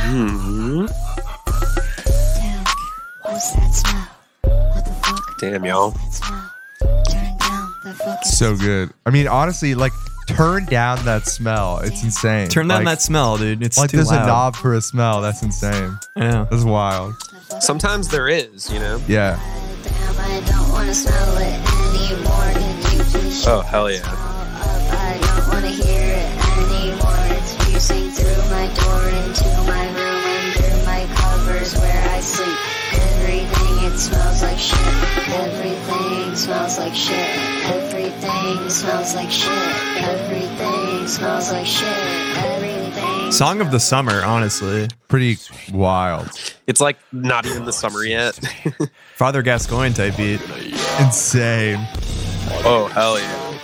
S2: hmm
S7: Damn, what's that smell? What the fuck?
S2: Damn, y'all.
S7: What's that smell? Turn down the fucking
S3: So good. I mean, honestly, like turn down that smell. It's insane.
S1: Turn down
S3: Like-
S1: that smell, dude. It's
S3: Like
S1: too
S3: there's
S1: loud.
S3: a knob for a smell. That's insane.
S1: Yeah.
S3: That's wild.
S2: Sometimes there is, you know?
S3: Yeah.
S7: Damn, I don't wanna smell it anymore. Can you please
S2: Oh, hell yeah.
S7: up? I don't wanna hear it anymore. It's piercing through my door into my room under my covers where I sleep. Everything it smells like shit. Everything smells like shit. Everything smells like shit. Everything smells like shit. Everything.
S1: Song of the summer, honestly.
S3: Pretty wild.
S2: It's like not even the summer yet.
S1: Father Gascoigne type beat.
S3: Insane.
S2: [laughs] oh, hell yeah.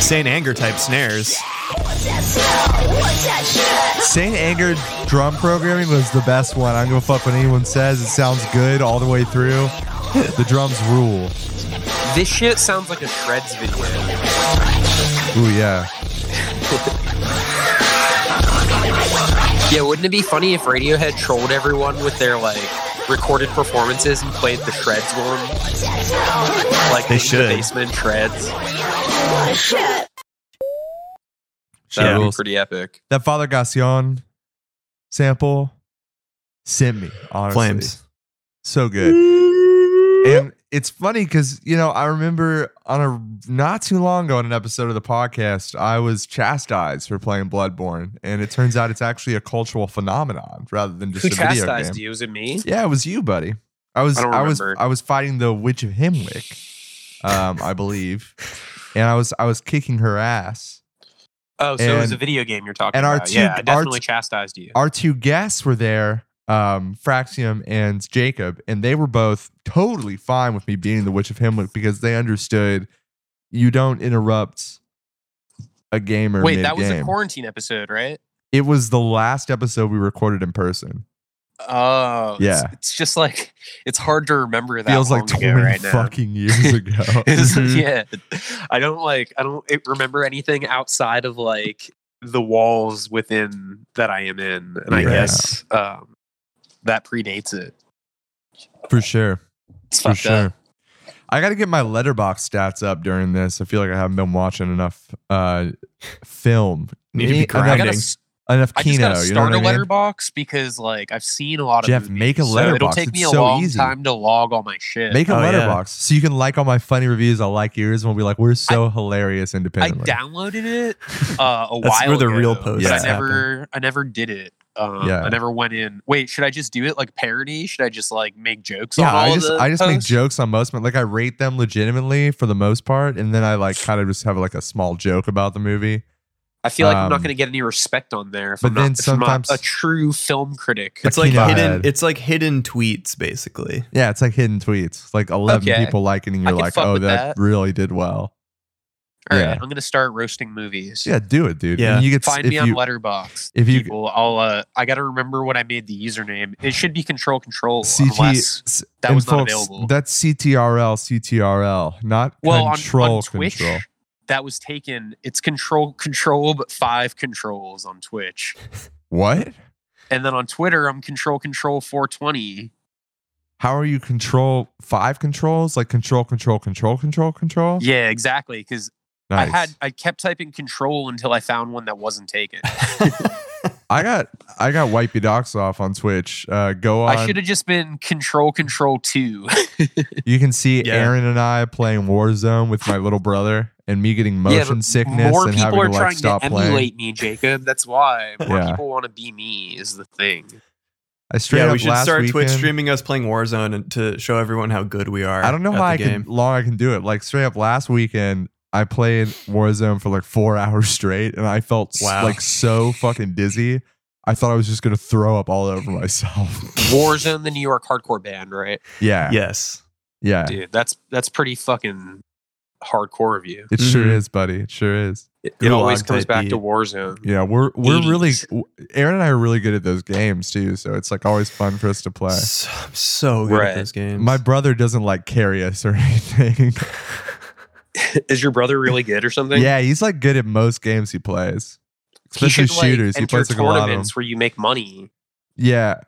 S1: Saint Anger type snares.
S3: Saint Anger drum programming was the best one. I don't give a fuck what anyone says. It sounds good all the way through. The drums rule.
S2: This shit sounds like a Shreds video.
S3: Ooh yeah.
S2: Yeah, wouldn't it be funny if Radiohead trolled everyone with their, like, recorded performances and played the Shreds one? Like,
S1: They
S2: in
S1: should.
S2: The basement Shreds. That
S1: Yeah.
S2: would be pretty epic.
S3: That Father Gassion sample sent me. Honestly.
S1: Flames.
S3: So good. And it's funny because, you know, I remember on a not too long ago on an episode of the podcast, I was chastised for playing Bloodborne. And it turns out it's actually a cultural phenomenon rather than just
S2: Who
S3: a video
S2: chastised
S3: game.
S2: you? Was it me?
S3: Yeah, it was you, buddy. I was
S2: I don't
S3: I, was
S2: remember.
S3: I was fighting the Witch of Himwick, um, I believe. And I was I was kicking her ass.
S2: Oh, so it was
S3: And-
S2: a video game you're talking
S3: and our
S2: about.
S3: two-
S2: yeah,
S3: our
S2: I definitely
S3: two-
S2: chastised you.
S3: our two guests were there, um, Fraxium and Jacob, and they were both totally fine with me being the Witch of Himlick because they understood you don't interrupt a gamer.
S2: Wait, that was a
S3: mid-game.
S2: quarantine episode, right?
S3: It was the last episode we recorded in person.
S2: Oh, it's-
S3: Yeah.
S2: It's, just like it's hard to remember that.
S3: Feels like
S2: long ago
S3: twenty
S2: right now.
S3: fucking
S2: [laughs]
S3: years ago.
S2: It's-
S3: [laughs] Mm-hmm.
S1: Mhm.
S2: Yeah, I don't like. I don't eh, remember anything outside of like the walls within that I am in, and I
S3: Yeah.
S2: guess um, that predates it.
S3: For sure.
S2: It's
S3: For
S2: fucked
S3: sure.
S2: up.
S3: I got to get my letterbox stats up during this. I feel like I haven't been watching enough uh, film.
S1: Need to be
S3: Any-
S2: I
S1: grinding.
S2: gotta.
S3: Enough,
S2: s-
S3: enough
S2: I
S3: Kino.
S2: just gotta
S3: you know
S2: start
S3: what I
S2: a
S3: mean?
S2: letterbox because like I've seen a lot of
S3: Jeff,
S2: movies,
S3: make a
S2: so it'll
S3: letterbox.
S2: take me
S3: It's
S2: a
S3: so
S2: long
S3: easy.
S2: time to log all my shit.
S3: Make a
S1: Oh, yeah.
S3: letterbox so you can like all my funny reviews. I'll like yours, and we'll be like, we're so hilarious
S2: I
S3: independently.
S2: downloaded it
S3: [laughs]
S2: uh, a
S1: That's
S2: while
S1: where the
S2: ago,
S1: real
S2: but I
S1: posts
S2: never, I never did it. Um,
S3: Yeah.
S2: I never went in. Wait, should I just do it like parody? Should I just like make jokes?
S3: yeah,
S2: on all
S3: I
S2: of
S3: just
S2: the
S3: I just make
S2: posts?
S3: jokes on most, but like I rate them legitimately for the most part, and then I like kind of just have like a small joke about the movie.
S2: I feel like I'm
S3: um,
S2: not going to get any respect on there. If
S3: but
S2: I'm not,
S3: then
S2: if I'm not
S3: sometimes-
S2: a true film critic.
S1: it's like
S3: Kino
S1: hidden.
S3: had-
S1: It's like hidden tweets, basically.
S3: Yeah, it's like hidden tweets, like eleven
S2: Okay.
S3: people liking, and
S2: I
S3: you're
S2: can
S3: like,
S2: fuck
S3: oh,
S2: with
S3: that,
S2: that.
S3: really did well.
S2: All right,
S3: yeah.
S2: I'm going to start roasting movies.
S3: Yeah, do it, dude.
S1: Yeah.
S3: and you get
S2: Find
S3: if
S2: me on
S3: you-
S2: Letterbox.
S3: if you-
S2: people, I'll. Uh, I got to remember what I made the username. It should be control control. unless
S3: CT
S2: that
S3: and
S2: was not
S3: folks,
S2: available.
S3: That's CTRL, CTRL, not
S2: well on-
S3: control
S2: on, twitch
S3: control.
S2: that was taken it's control control but five controls on twitch
S3: What?
S2: and then on twitter i'm control control 420
S3: How are you control five controls? Like control, control, control, control, control.
S2: yeah exactly because
S3: Nice.
S2: i had i kept typing control until i found one that wasn't taken
S3: I got I got wipey docs off on Twitch. Uh, go
S2: i
S3: on.
S2: should have just been control control 2
S3: You can see
S1: Yeah.
S3: Aaron and I playing Warzone with my little brother, and me getting
S2: Yeah,
S3: motion
S2: but
S3: sickness
S2: more
S3: and
S2: people
S3: having
S2: are
S3: to like
S2: trying
S3: stop
S2: to emulate
S3: playing.
S2: me jacob that's
S3: [laughs]
S2: why more
S3: Yeah.
S2: people want to be me is the thing
S3: I straight
S1: yeah,
S3: up
S1: we should
S3: last
S1: start Twitch
S3: weekend-
S1: streaming us playing Warzone and to show everyone how good we are.
S3: I don't know
S1: at
S3: how
S1: the
S3: I can
S1: game.
S3: long I can do it. Like straight up last weekend, I played Warzone for like four [laughs] hours straight, and I felt s-
S1: Wow.
S3: like so fucking dizzy. I thought I was just
S1: [laughs]
S3: gonna throw up all over myself.
S2: warzone the new york hardcore band right
S3: yeah,
S1: Yes.
S3: Yeah,
S2: dude. That's that's pretty fucking hardcore of you.
S3: it sure
S1: Mhm.
S3: is, buddy. It sure is.
S2: It, it
S1: Gulag
S2: always comes
S1: type
S2: back
S1: beat.
S2: to Warzone.
S3: Yeah, we're we're really
S2: 80s.
S3: w- Aaron and I are really good at those games too. So it's like always fun for us to play.
S1: So, I'm so good
S2: Right.
S1: at those games.
S3: My brother doesn't like carry us or [laughs] anything.
S2: [laughs] Is your brother really good or something?
S3: yeah, he's like good at most games he plays, especially shooters. he plays like a lot of them.
S2: tournaments where you make money.
S3: Yeah,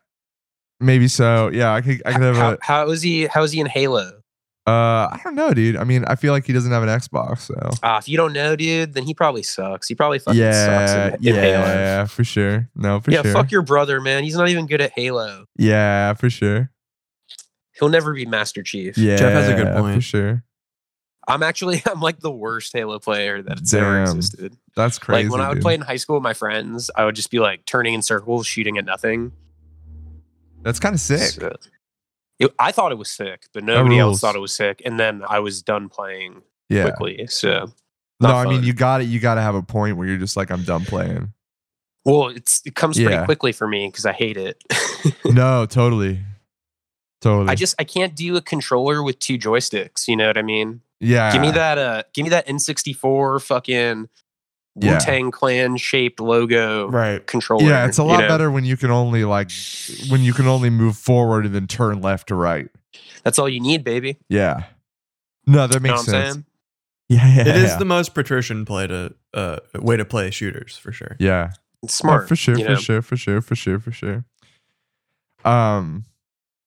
S3: maybe so. Yeah, I could I could have
S2: how,
S3: a.
S2: how is he? How is he in Halo?
S3: Uh, I don't know, dude. I mean, I feel like he doesn't have an Xbox, so
S2: Ah, if you don't know, dude, then he probably sucks. He probably fucking
S3: yeah,
S2: sucks in, in
S3: yeah,
S2: Halo.
S3: yeah, for sure. No, for
S2: yeah,
S3: sure.
S2: fuck your brother, man. He's not even good at Halo.
S3: yeah, for sure.
S2: He'll never be Master Chief.
S3: Yeah,
S1: has a good
S3: for
S1: point.
S3: sure.
S2: I'm actually [laughs] I'm like the worst Halo player that's ever
S3: Damn.
S2: existed.
S3: That's crazy.
S2: like when I would
S3: dude.
S2: play in high school with my friends, I would just be like turning in circles, shooting at nothing.
S3: that's kind of sick.
S2: So- It- I thought it was sick, but nobody else
S3: rules.
S2: thought it was sick. And then I was done playing
S3: yeah.
S2: quickly. So
S3: no,
S2: not
S3: I mean
S2: fun.
S3: you got it. You got to have a point where you're just like, I'm done
S2: [laughs]
S3: playing.
S2: well, it's it comes pretty
S3: Yeah.
S2: quickly for me because I hate it. [laughs]
S3: no, totally, totally.
S2: I just I can't do a controller with two joysticks. You know what I mean?
S3: yeah.
S2: Give me that uh give me that N64 fucking
S3: Yeah.
S2: Wu Tang Clan shaped logo
S1: right.
S2: controller.
S3: Yeah, it's a
S2: you
S3: lot
S2: know?
S3: better when you can only like when you can only move forward and then turn left to right.
S2: That's all you need, baby.
S3: Yeah. No, that
S2: You know
S3: makes
S2: what I'm
S3: sense.
S2: saying?
S3: Yeah, yeah,
S1: It is
S3: yeah.
S1: the most patrician play to uh, way to play shooters for sure.
S3: yeah.
S2: It's
S3: No,
S2: smart
S3: for sure,
S2: you
S3: for
S2: know?
S3: sure, for sure, for sure, for sure. Um,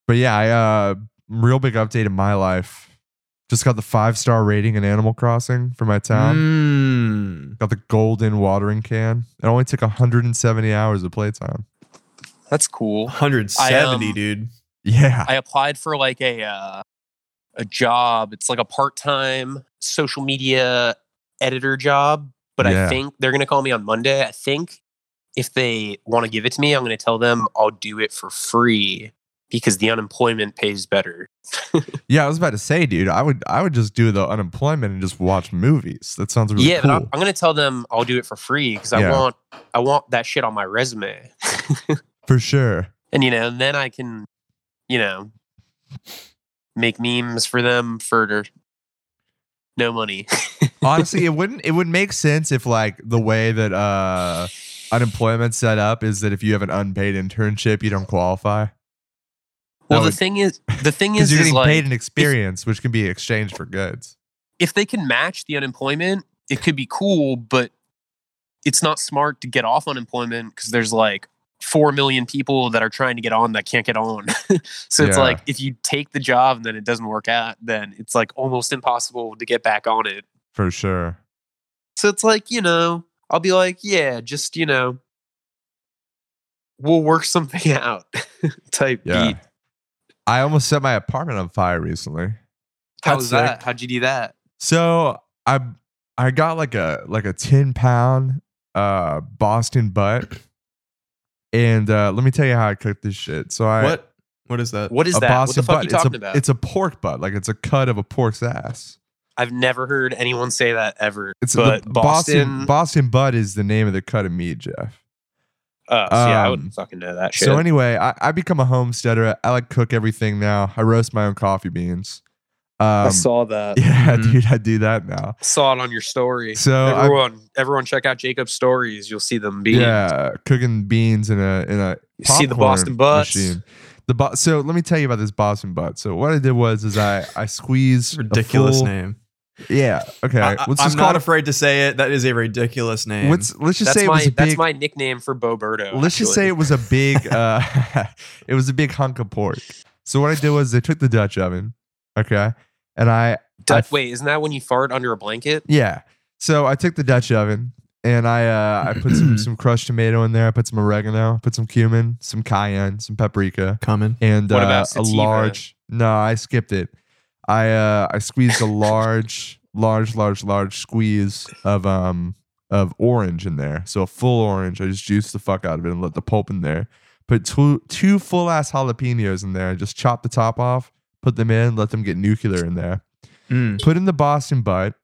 S3: but yeah, I uh, real big update in my life. Just got the five star rating in Animal Crossing for my town.
S1: Mm.
S3: Got the golden watering can. It only took 170 hours of playtime.
S2: That's cool.
S1: 170,
S2: I, um,
S1: dude.
S3: Yeah,
S2: I applied for like a uh, a job. It's like a part time social media editor job, but
S3: Yeah.
S2: I think they're gonna call me on Monday. I think if they want to give it to me, I'm gonna tell them I'll do it for free because the unemployment pays better.
S3: yeah. I was about to say, dude, I would, I would just do the unemployment and just watch movies. That sounds really
S2: yeah, but I'm,
S3: Mm, cool.
S2: I'm gonna tell them I'll do it for free because I
S3: Yeah.
S2: want I want that shit on my resume, [laughs]
S3: for sure.
S2: and you know, and then I can, you know, make memes for them for no money. [laughs]
S3: Honestly, it wouldn't it would make sense if like the way that uh unemployment's set up is that if you have an unpaid internship, you don't qualify.
S2: Well, the
S3: That would-
S2: thing is, the
S3: [laughs]
S2: thing
S3: Because
S2: is,
S3: you're
S2: is
S3: getting
S2: like,
S3: paid an experience, which can be exchanged for goods.
S2: if they can match the unemployment, it could be cool, but it's not smart to get off unemployment because there's like four million people that are trying to get on that can't get on. [laughs] so it's
S3: Yeah.
S2: like if you take the job and then it doesn't work out, then it's like almost impossible to get back on it.
S3: For sure.
S2: So it's like, you know, I'll be like, yeah, just, you know, we'll work something [laughs] out type
S3: Yeah.
S2: beat.
S3: I almost set my apartment on fire recently.
S2: How
S3: That's
S2: was that?
S3: sick.
S2: How'd you do that?
S3: So I I got like a like a 10 pound uh Boston butt. And uh let me tell you how I cooked this shit. So I
S1: What? What is that?
S2: What is
S3: a
S2: that? What the
S3: Boston
S2: fuck
S3: butt.
S2: are you talking
S3: it's a,
S2: about?
S3: It's a pork butt, like it's a cut of a pork's ass.
S2: I've never heard anyone say that ever.
S3: It's
S2: but
S3: the Boston
S2: Boston.
S3: Boston butt is the name of the cut of meat, Jeff.
S2: uh, so yeah, I
S3: um,
S2: wouldn't fucking know that shit.
S3: So anyway, I, I become a homesteader. I like cook everything now. I roast my own coffee beans. Um,
S2: I
S3: [laughs]
S2: saw that.
S3: yeah,
S1: Mhm.
S3: dude, I do that now.
S2: Saw it on your story.
S3: So I-
S2: everyone, everyone, check out Jacob's stories. You'll see them. Being,
S3: Yeah, cooking beans in a in a
S2: You see the Boston
S3: popcorn
S2: butts.
S3: machine. The bo- so let me tell you about this Boston butt. So what I did was is I I squeezed a
S1: ridiculous
S3: full-
S1: name.
S3: Yeah. Okay.
S1: I,
S3: let's
S1: am
S3: just call
S1: not
S3: it
S1: afraid to say it. That is a ridiculous name.
S3: Let's let's just
S2: That's
S3: say it
S2: my
S3: was a
S2: that's
S3: big.
S2: my nickname for Bo Birdo.
S3: let's just say
S2: actually.
S3: it was a
S1: [laughs]
S3: big uh [laughs] it was a big hunk of pork so what i did was i took the dutch oven okay and i
S2: Du-
S3: I f-
S2: wait, isn't that when you fart under a blanket?
S3: yeah so i took the dutch oven and i uh i put
S1: [clears throat]
S3: some some crushed tomato in there i put some oregano put some cumin some cayenne some paprika
S1: Common.
S3: and
S2: What
S3: uh,
S2: about
S3: a
S2: sativa?
S3: large no i skipped it i uh i squeezed a large [laughs] large large large squeeze of um of orange in there so a full orange i just juiced the fuck out of it and let the pulp in there put two two full ass jalapenos in there and just chop the top off put them in let them get nuclear in there
S1: Mm.
S3: put in the boston butt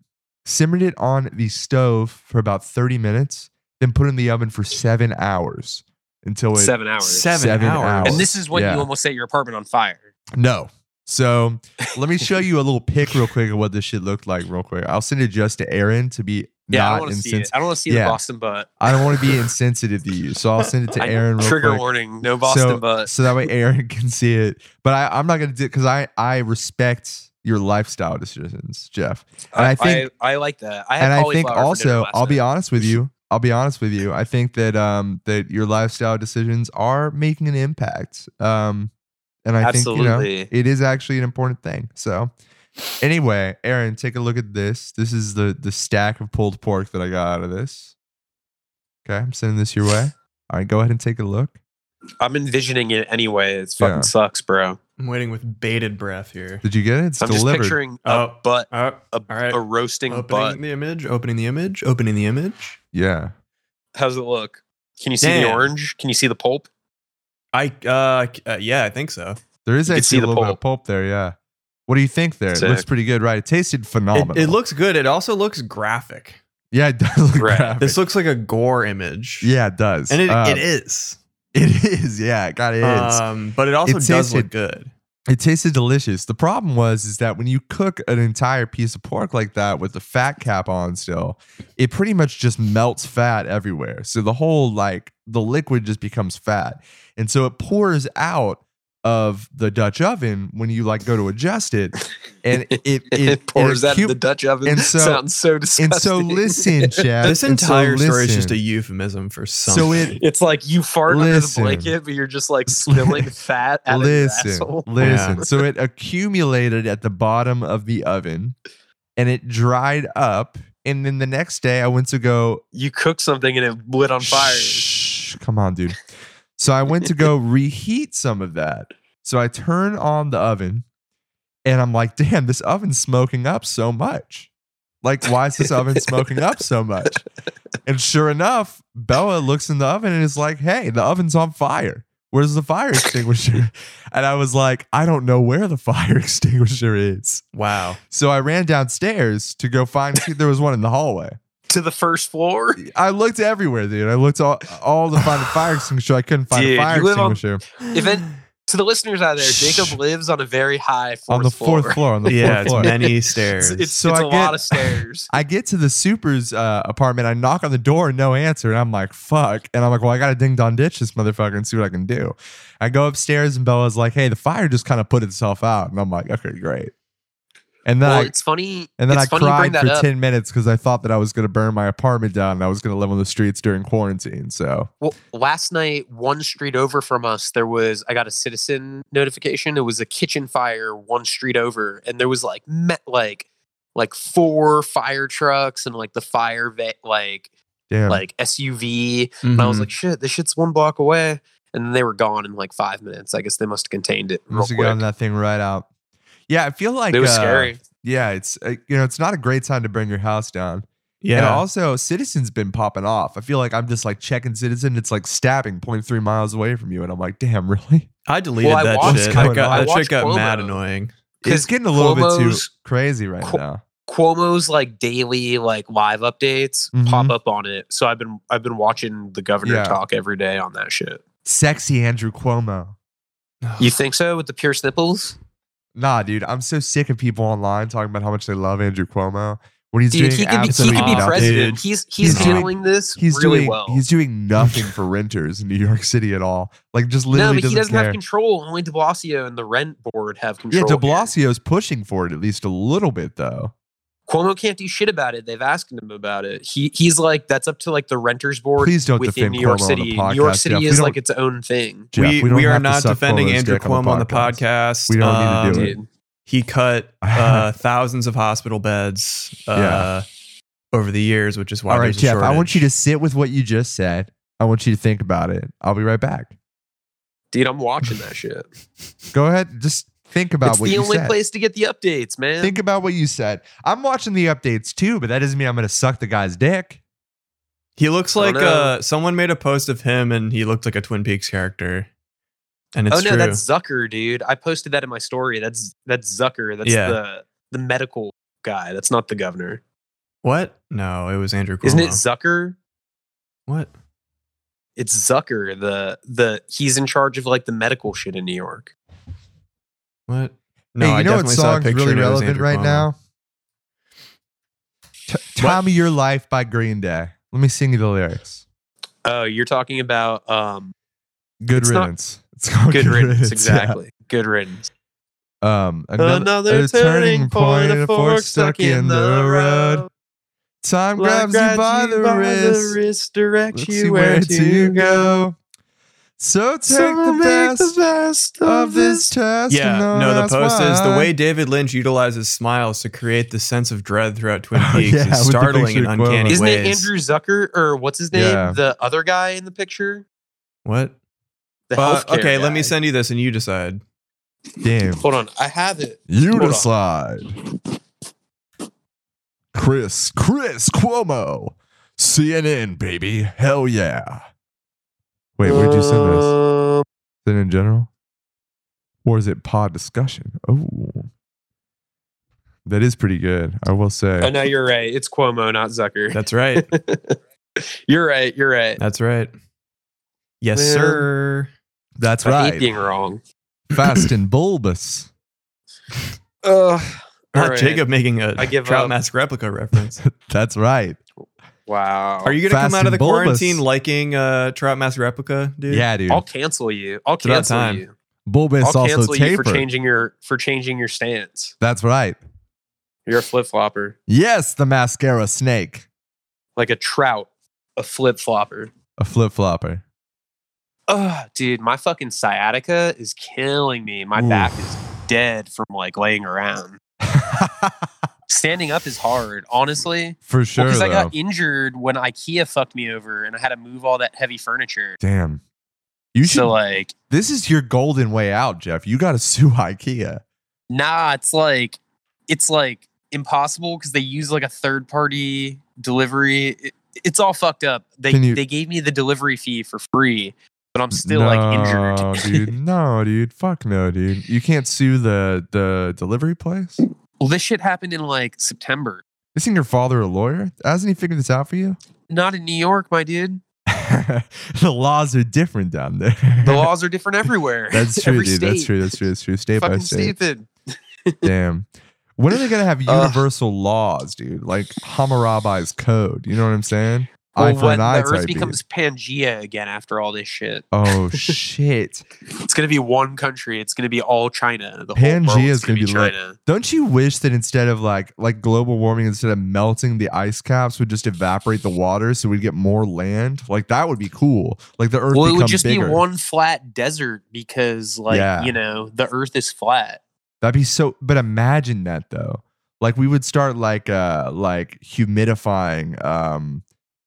S3: simmered it on the stove for about 30 minutes then put it in the oven for seven hours until it
S2: Seven hours.
S1: Seven,
S3: Seven
S1: hours.
S3: hours.
S2: And this is when
S3: Yeah.
S2: you almost set your apartment on fire.
S3: No.
S2: [laughs]
S3: So let me show you a little pic real quick of what this shit looked like real quick. I'll send it just to Aaron to be
S2: Yeah, I don't
S3: not
S2: want to see it.
S3: insensitive.
S2: I don't want to see
S3: Yeah.
S2: the Boston butt.
S3: I don't want to be
S2: [laughs]
S3: insensitive to you, so I'll send it to
S2: I-
S3: Aaron. Real
S2: Trigger
S3: quick.
S2: warning: no Boston
S3: so,
S2: butt.
S3: so that way Aaron can see it. But I, I'm not gonna do it because I I respect your lifestyle decisions, Jeff. And I, think
S2: I, like that. I had
S3: and I
S2: cauliflower
S3: think
S2: for dinner
S3: also
S2: last
S3: I'll be
S2: night.
S3: honest with you. I'll be honest with you. I think that um that your lifestyle decisions are making an impact. Um, and I think you know
S2: Absolutely.
S3: it is actually an important thing. So. Anyway, Aaron, take a look at this. This is the the stack of pulled pork that I got out of this. Okay, I'm sending this your
S2: [laughs]
S3: way. All right, go ahead and take a look.
S2: I'm envisioning it anyway. It's fucking
S3: Yeah.
S2: sucks, bro.
S1: I'm waiting with bated breath here.
S3: Did you get it? It's
S2: I'm
S3: delivered.
S2: just picturing
S1: Oh.
S2: a butt,
S1: Oh,
S2: a,
S1: all right.
S2: a roasting
S1: opening
S2: butt.
S1: the image, opening the image, opening the image.
S3: Yeah.
S2: How's it look? Can you see the
S1: Damn.
S2: orange? Can you see the pulp?
S1: I uh, c- uh yeah, I think so.
S3: There is
S2: You can
S3: actually
S2: see
S3: a
S2: the
S3: little bit of pulp there. Yeah. What do you think there? It looks
S2: Sick.
S3: pretty good, right? It tasted
S1: It,
S3: phenomenal.
S1: it looks good. It also looks graphic.
S3: Yeah, it does [laughs] look
S2: Right.
S3: graphic.
S1: This looks like a gore image.
S3: yeah, it does.
S1: and it,
S3: Uh,
S1: it [laughs] is.
S3: It is. Yeah, God, it is.
S1: Um, but it also
S3: It
S1: does
S3: tasted-
S1: look good.
S3: Uh, it tasted delicious. The problem was is that when you cook an entire piece of pork like that with the fat cap on still, it pretty much just melts fat everywhere. So the whole like the liquid just becomes fat. And so it pours out of the Dutch oven when you like go to adjust it
S2: [laughs]
S3: and it it,
S2: It pours
S3: and
S2: out of the Dutch oven. [laughs]
S3: and so-
S2: Sounds so disgusting.
S3: And so
S2: [laughs]
S3: listen, Chad.
S1: this
S3: and so
S1: entire story is just a
S3: listen.
S1: euphemism for something.
S3: so it
S2: It's like you fart
S3: Listen.
S2: under the blanket, but you're just like
S3: [laughs]
S2: spilling [laughs] fat out of your
S3: listen,
S2: asshole.
S3: listen. So it accumulated at the bottom of the oven, and it dried up. And then the next day, I went to go
S2: You cook something and it lit on fire.
S3: Shh, come on, dude. So I went
S2: [laughs]
S3: to go reheat some of that. So I turn on the oven, and I'm like, damn, this oven's smoking up so much. Like, why is this oven smoking up so much? And sure enough, Bella looks in the oven and is like, hey, the oven's on fire. Where's the fire extinguisher? [laughs] And I was like, I don't know where the fire [laughs] extinguisher is. [laughs]
S1: wow.
S3: So I ran downstairs to go find, see, if there was one in the hallway.
S2: to the first floor.
S3: I looked everywhere, dude. I looked all all to find a fire extinguisher. I couldn't find
S2: Dude,
S3: a fire
S2: you live on-
S3: extinguisher
S2: If it, to the listeners out there, Jacob lives on a very high fourth
S3: on, the fourth floor. On the
S1: yeah,
S3: fourth floor.
S1: it's many
S2: It's,
S1: stairs.
S2: it's,
S3: So
S2: it's
S3: I
S2: a lot
S3: get-
S2: of stairs.
S3: I get to the super's uh, apartment. I knock on the door, no answer, and I'm like, "Fuck!" And I'm like, "Well, I gotta ding dong ditch this motherfucker and see what I can do." I go upstairs, and Bella's like, "Hey, the fire just kind of put itself out," and I'm like, "Okay, great." [laughs] And then
S2: well,
S3: I
S2: it's funny.
S3: and then
S2: it's
S3: I
S2: funny you bring
S3: cried
S2: that
S3: for
S2: up.
S3: ten minutes because I thought that I was gonna burn my apartment down and I was gonna live on the streets during quarantine. So
S2: Well, last night, one street over from us, there was I got a citizen notification. It was a kitchen fire one street over, and there was like met like like four fire trucks and like the fire va- like
S3: damn,
S2: like SUV, and
S1: Mm-hmm.
S2: I
S3: Mm-hmm.
S2: was like, shit, this shit's one block away, and then they were gone in like five minutes. I guess they must have contained it
S3: I
S2: real
S3: must have gotten
S2: quick.
S3: that thing right out. Yeah, I feel like
S2: it was
S3: uh,
S2: scary.
S3: yeah, it's uh, you know, it's not a great time to bring your house down. And
S1: yeah.
S3: also, Citizen's been popping off. I feel like I'm just like checking Citizen. It's like stabbing 0.3 miles away from you, and I'm like, damn, [laughs] really?
S1: I deleted
S2: Well, I
S1: that
S2: watched-
S1: shit.
S3: I
S1: I got,
S2: watched
S1: that shit got
S2: Cuomo.
S1: mad annoying.
S3: It's
S2: 'Cause
S3: getting a little bit too
S2: Cuomo's-
S3: crazy right
S2: Cu-
S3: now.
S2: Cuomo's like daily like live updates
S3: Mhm.
S2: pop up on it. So I've been I've been watching the governor
S3: Yeah.
S2: talk every day on that shit.
S3: Sexy Andrew Cuomo.
S2: You think so with the pierced nipples?
S3: Nah, dude, I'm so sick of people online talking about how much they love Andrew Cuomo when he's
S2: Dude,
S3: doing
S2: he could be, he
S3: absolutely
S2: could be
S1: nothing.
S2: president.
S1: Dude.
S2: He's he's,
S3: He's doing-
S2: handling this
S3: He's
S2: really
S3: doing
S2: well.
S3: he's doing nothing for renters in New York City at all. Like just
S2: no,
S3: literally
S2: but he
S3: doesn't,
S2: doesn't
S3: care.
S2: have control. Only De Blasio and the rent board have
S3: yeah,
S2: control.
S3: De
S2: here.
S3: Blasio's pushing for it at least a little bit though.
S2: Cuomo can't do shit about it. They've asked him about it. He he's like that's up to like the renters board
S3: Please don't
S2: within
S3: defend
S2: New York
S3: Cuomo on the
S2: City.
S3: podcast,
S2: New York City
S3: Jeff. We
S2: is
S3: don't-
S2: like its own thing.
S3: Jeff,
S1: we
S3: don't
S1: we are
S3: have to
S1: not
S3: suck
S1: defending
S3: Cuomo's
S1: Andrew
S3: dick on
S1: Cuomo on the podcast.
S3: We don't need to do
S1: Um,
S3: it.
S2: Dude.
S1: He cut uh, thousands of hospital beds uh,
S3: Yeah.
S1: over the years, which is why.
S3: All right,
S1: there's a
S3: Jeff, I want you
S1: shortage.
S3: to sit with what you just said. I want you to think about it. I'll be right back.
S2: Dude, I'm watching that
S3: [laughs]
S2: shit.
S3: Go ahead. Just think about
S2: It's
S3: what
S2: the
S3: you
S2: only
S3: said.
S2: place to get the updates, man.
S3: Think about what you said. I'm watching the updates too, but that doesn't mean I'm going to suck the guy's dick.
S1: He looks
S2: I
S1: like
S2: don't
S1: uh, someone made a post of him, and he looked like a Twin Peaks character. And it's
S2: oh no,
S1: true.
S2: that's Zucker, dude. I posted that in my story. That's that's Zucker. That's
S1: Yeah.
S2: the the medical guy. That's not the governor.
S1: what? No, it was Andrew Cuomo.
S2: Isn't it Zucker?
S1: what?
S2: It's Zucker. The the he's in charge of like the medical shit in New York.
S1: What? No,
S3: hey, you
S1: I
S3: know what
S1: definitely saw a
S3: song's
S1: picture
S3: really
S1: and it was
S3: relevant
S1: Andrew
S3: right
S1: Cuomo.
S3: now? T- Time of Your Life by Green Day. Let me sing you the lyrics.
S2: Oh, you're talking about
S3: [laughs]
S2: um,
S3: Good
S2: It's not-
S3: riddance. it's called
S2: good riddance.
S3: yeah.
S2: Exactly. Good riddance.
S3: Um, another, a turning point, a fork stuck in the road. Time grabs you by the
S2: wrist,
S3: wrist. Let's
S2: directs
S3: see where to go. So take the best
S2: best
S3: of this test.
S1: Yeah,
S3: and
S1: no, the
S3: Oh, that's
S1: post is the
S3: why.
S1: way David Lynch utilizes smiles to create the sense of dread throughout Twin
S3: [laughs] Oh,
S1: Peaks
S3: yeah, with
S1: is
S3: the
S1: startling
S3: picture
S1: and
S3: of
S1: uncanny
S3: Cuomo.
S2: Isn't it
S1: ways.
S2: Andrew Zucker or what's his name?
S3: Yeah.
S2: The other guy in the picture?
S1: what?
S2: The
S1: Uh,
S2: healthcare
S1: okay, let me
S2: guy.
S1: send you this and you decide.
S3: Damn.
S2: Hold on, I have it.
S3: You
S2: Hold on.
S3: decide. Chris, Chris Cuomo, CNN, baby, hell yeah. Wait, where'd you send this? Is
S2: Um,
S3: it in general, or is it pod discussion? Oh, that is pretty good. I will
S2: Oh
S3: say.
S2: no, you're right. It's Cuomo, not Zucker. [laughs]
S1: That's right.
S2: You're right. You're right.
S1: That's right. Yes,
S2: Man.
S1: sir.
S3: That's
S2: I hate being wrong.
S3: [clears throat] Fast and bulbous. [laughs]
S2: Ugh. All
S1: Not
S2: right.
S1: Jacob making a
S2: I give
S1: trout
S2: up.
S1: mask replica reference.
S3: That's right.
S2: Wow.
S1: Are you gonna
S3: Fast
S1: come out of
S3: and
S1: the
S3: bulbous.
S1: quarantine liking uh, trout mask replica, dude?
S3: Yeah, dude.
S2: I'll cancel you. I'll
S1: about
S2: cancel
S1: time.
S2: you.
S3: bulbous
S2: I'll
S3: also
S2: cancel you for
S3: tapered.
S2: changing your for changing your stance.
S3: That's right.
S2: You're a flip flopper,
S3: Yes, the mascara snake,
S2: like a trout, a flip flopper.
S3: a flip flopper.
S2: Ugh, dude, my fucking sciatica is killing me. My
S3: Oof.
S2: back is dead from like laying around. Standing up is hard, honestly.
S3: [laughs] For sure.
S2: Because I got
S3: though.
S2: injured when IKEA fucked me over, and I had to move all that heavy furniture.
S3: Damn. You should.
S2: So like,
S3: this is your golden way out, Jeff. You got to [laughs] sue IKEA.
S2: nah, it's like, it's like impossible because they use like a third party delivery. It- it's all fucked up. They
S3: Can you-
S2: they gave me the delivery fee for free, but I'm still like
S3: No,
S2: injured.
S3: dude. No, dude. Fuck no, dude. You can't sue the the delivery place.
S2: well, this shit happened in like September.
S3: Isn't your father a lawyer? Hasn't he figured this out for you?
S2: Not in New York, my dude.
S3: [laughs] the laws are different down there. [laughs]
S2: The laws are different everywhere. [laughs]
S3: That's true,
S2: Every
S3: dude. That's
S2: state.
S3: true. That's true. That's true. State by
S2: Fucking
S3: state.
S2: stupid.
S3: Damn. When are they gonna have
S2: [laughs] Ugh.
S3: universal laws, dude? Like Hammurabi's code. You know what I'm saying?
S2: Well,
S3: eye for
S2: when
S3: an eye
S2: the Earth
S3: type beat.
S2: becomes Pangea again after all this shit, [laughs]
S3: Oh shit!
S2: it's gonna be one country. It's gonna be all China. The whole
S3: Pangea
S2: world
S3: is
S2: gonna
S3: gonna
S2: be
S3: be lit.
S2: China.
S3: Don't you wish that instead of like like global warming, instead of melting the ice caps, would just evaporate the water, so we'd get more land? Like that would be cool. Like the Earth.
S2: well, it would
S3: become
S2: just
S3: bigger.
S2: be one flat desert because, like,
S3: Yeah.
S2: you know, the Earth is flat.
S3: That'd be so. But imagine that though. Like we would start like uh like humidifying um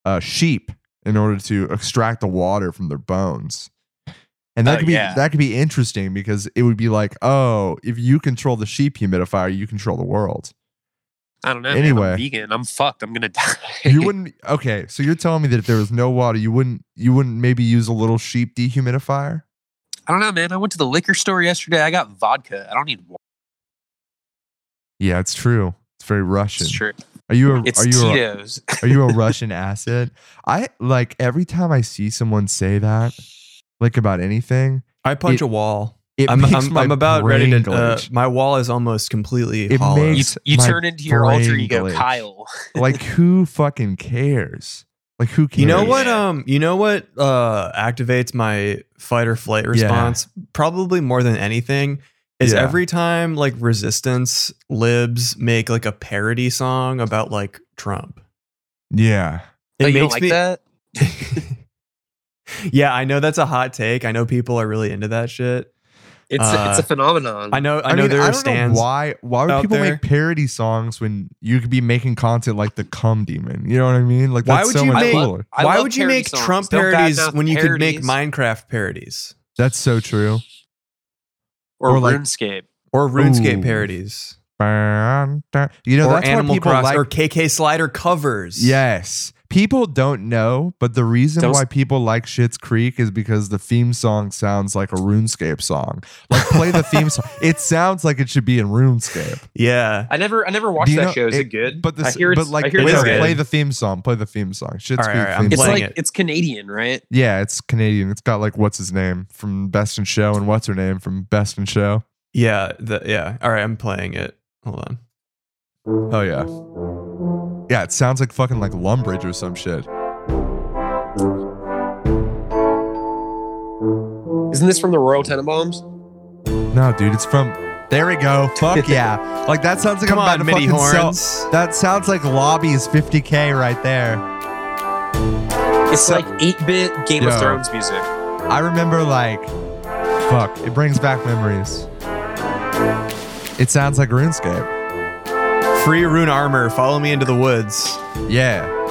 S3: uh sheep in order to extract the water from their bones. And that
S2: Oh,
S3: could be
S2: yeah.
S3: that could be interesting because it would be like, oh, if you control the sheep humidifier, you control the world.
S2: I don't know. man,
S3: Anyway.
S2: I'm vegan. I'm fucked. I'm gonna [laughs] die.
S3: You wouldn't okay, so you're telling me that if there was no water, you wouldn't you wouldn't maybe use a little sheep dehumidifier?
S2: I don't know, man. I went to the liquor store yesterday. I got vodka. I don't need water.
S3: Yeah, it's true. It's very Russian.
S2: It's true.
S3: Are you a
S2: It's
S3: are you a, [laughs]
S2: Tito's.
S3: Are you a Russian asset? I like every time I see someone say that, like about anything,
S1: I punch
S3: It-
S1: a wall.
S3: it
S1: I'm,
S3: makes
S1: I'm,
S3: my
S1: I'm about ready
S3: brain
S1: to. Uh,
S3: glitch.
S1: my wall is almost completely
S3: It
S1: hollow.
S2: you
S3: It's
S2: you
S3: my
S2: turn into your alter
S3: brain
S2: ego,
S3: glitch.
S2: Kyle.
S3: like who fucking cares? Like who cares?
S1: You know what?
S2: Yeah.
S1: Um, you know what? Uh, activates my fight or flight response probably more than anything is
S3: Yeah.
S1: every time like Resistance libs make like a parody song about like Trump.
S3: Yeah,
S2: Oh,
S1: It
S2: you don't
S1: makes
S2: like
S1: me-
S2: that?
S1: [laughs] Yeah, I know that's a hot take. I know people are really into that shit.
S2: It's it's
S1: Uh,
S2: a phenomenon.
S1: I know. I, know
S3: mean,
S1: there
S3: I
S1: are
S3: don't
S1: stands.
S3: Know why? Why would
S1: out
S3: people
S1: there.
S3: make parody songs when you could be making content like the cum demon? You know what I mean? Like
S1: Why
S3: that's
S1: would
S3: so
S1: you
S3: much
S1: make-
S3: cooler.
S2: I
S1: Why
S2: love
S1: would you
S2: parody
S1: make
S2: songs.
S1: Trump
S2: Don't
S1: parodies
S2: badmouth
S1: when you could make
S2: parodies.
S1: Minecraft parodies
S3: That's so true.
S2: or,
S3: Or like-
S2: RuneScape.
S1: or RuneScape
S3: Ooh.
S1: parodies
S3: You know
S1: or
S3: that's
S1: Animal
S3: why people
S1: Crossing
S3: like
S1: or KK Slider covers?
S3: Yes. People don't know, but the reason
S2: Don't-
S3: why people like Shits Creek is because the theme song sounds like a RuneScape song. Like play the theme
S2: [laughs]
S3: song. It sounds like it should be in RuneScape.
S1: Yeah.
S2: I never I never watched
S3: you
S2: that
S3: know-
S2: show. Is it,
S3: it-
S2: good?
S3: But the
S2: I hear
S3: but
S2: it's
S3: like
S2: I hear it's
S3: no,
S1: good.
S3: play the theme song. Play the theme song. Shits
S1: All right,
S3: Creek
S1: all right,
S3: theme
S1: I'm
S2: It's
S3: song.
S1: playing
S2: like
S1: it.
S2: it's Canadian, right?
S3: Yeah, it's Canadian. It's got like what's his name from Best in Show and what's her name from Best in Show.
S1: Yeah, the yeah. All right, I'm playing it. Hold on.
S3: Oh yeah. Yeah, it sounds like fucking like Lumbridge or some shit.
S2: Isn't this from the Royal Tenenbaums?
S3: No, dude, it's from. There
S1: [laughs]
S3: we go. Fuck yeah. Like that sounds like
S1: Come on,
S3: I'm about to
S1: MIDI
S3: fucking sell-
S1: horns.
S3: That sounds like Lobby's 50k right there.
S2: It's
S3: So-
S2: like 8 bit Game
S3: Yeah.
S2: of Thrones music.
S3: I remember like, fuck, it brings back memories. It sounds like RuneScape.
S1: Free rune armor. Follow me into the woods.
S3: Yeah.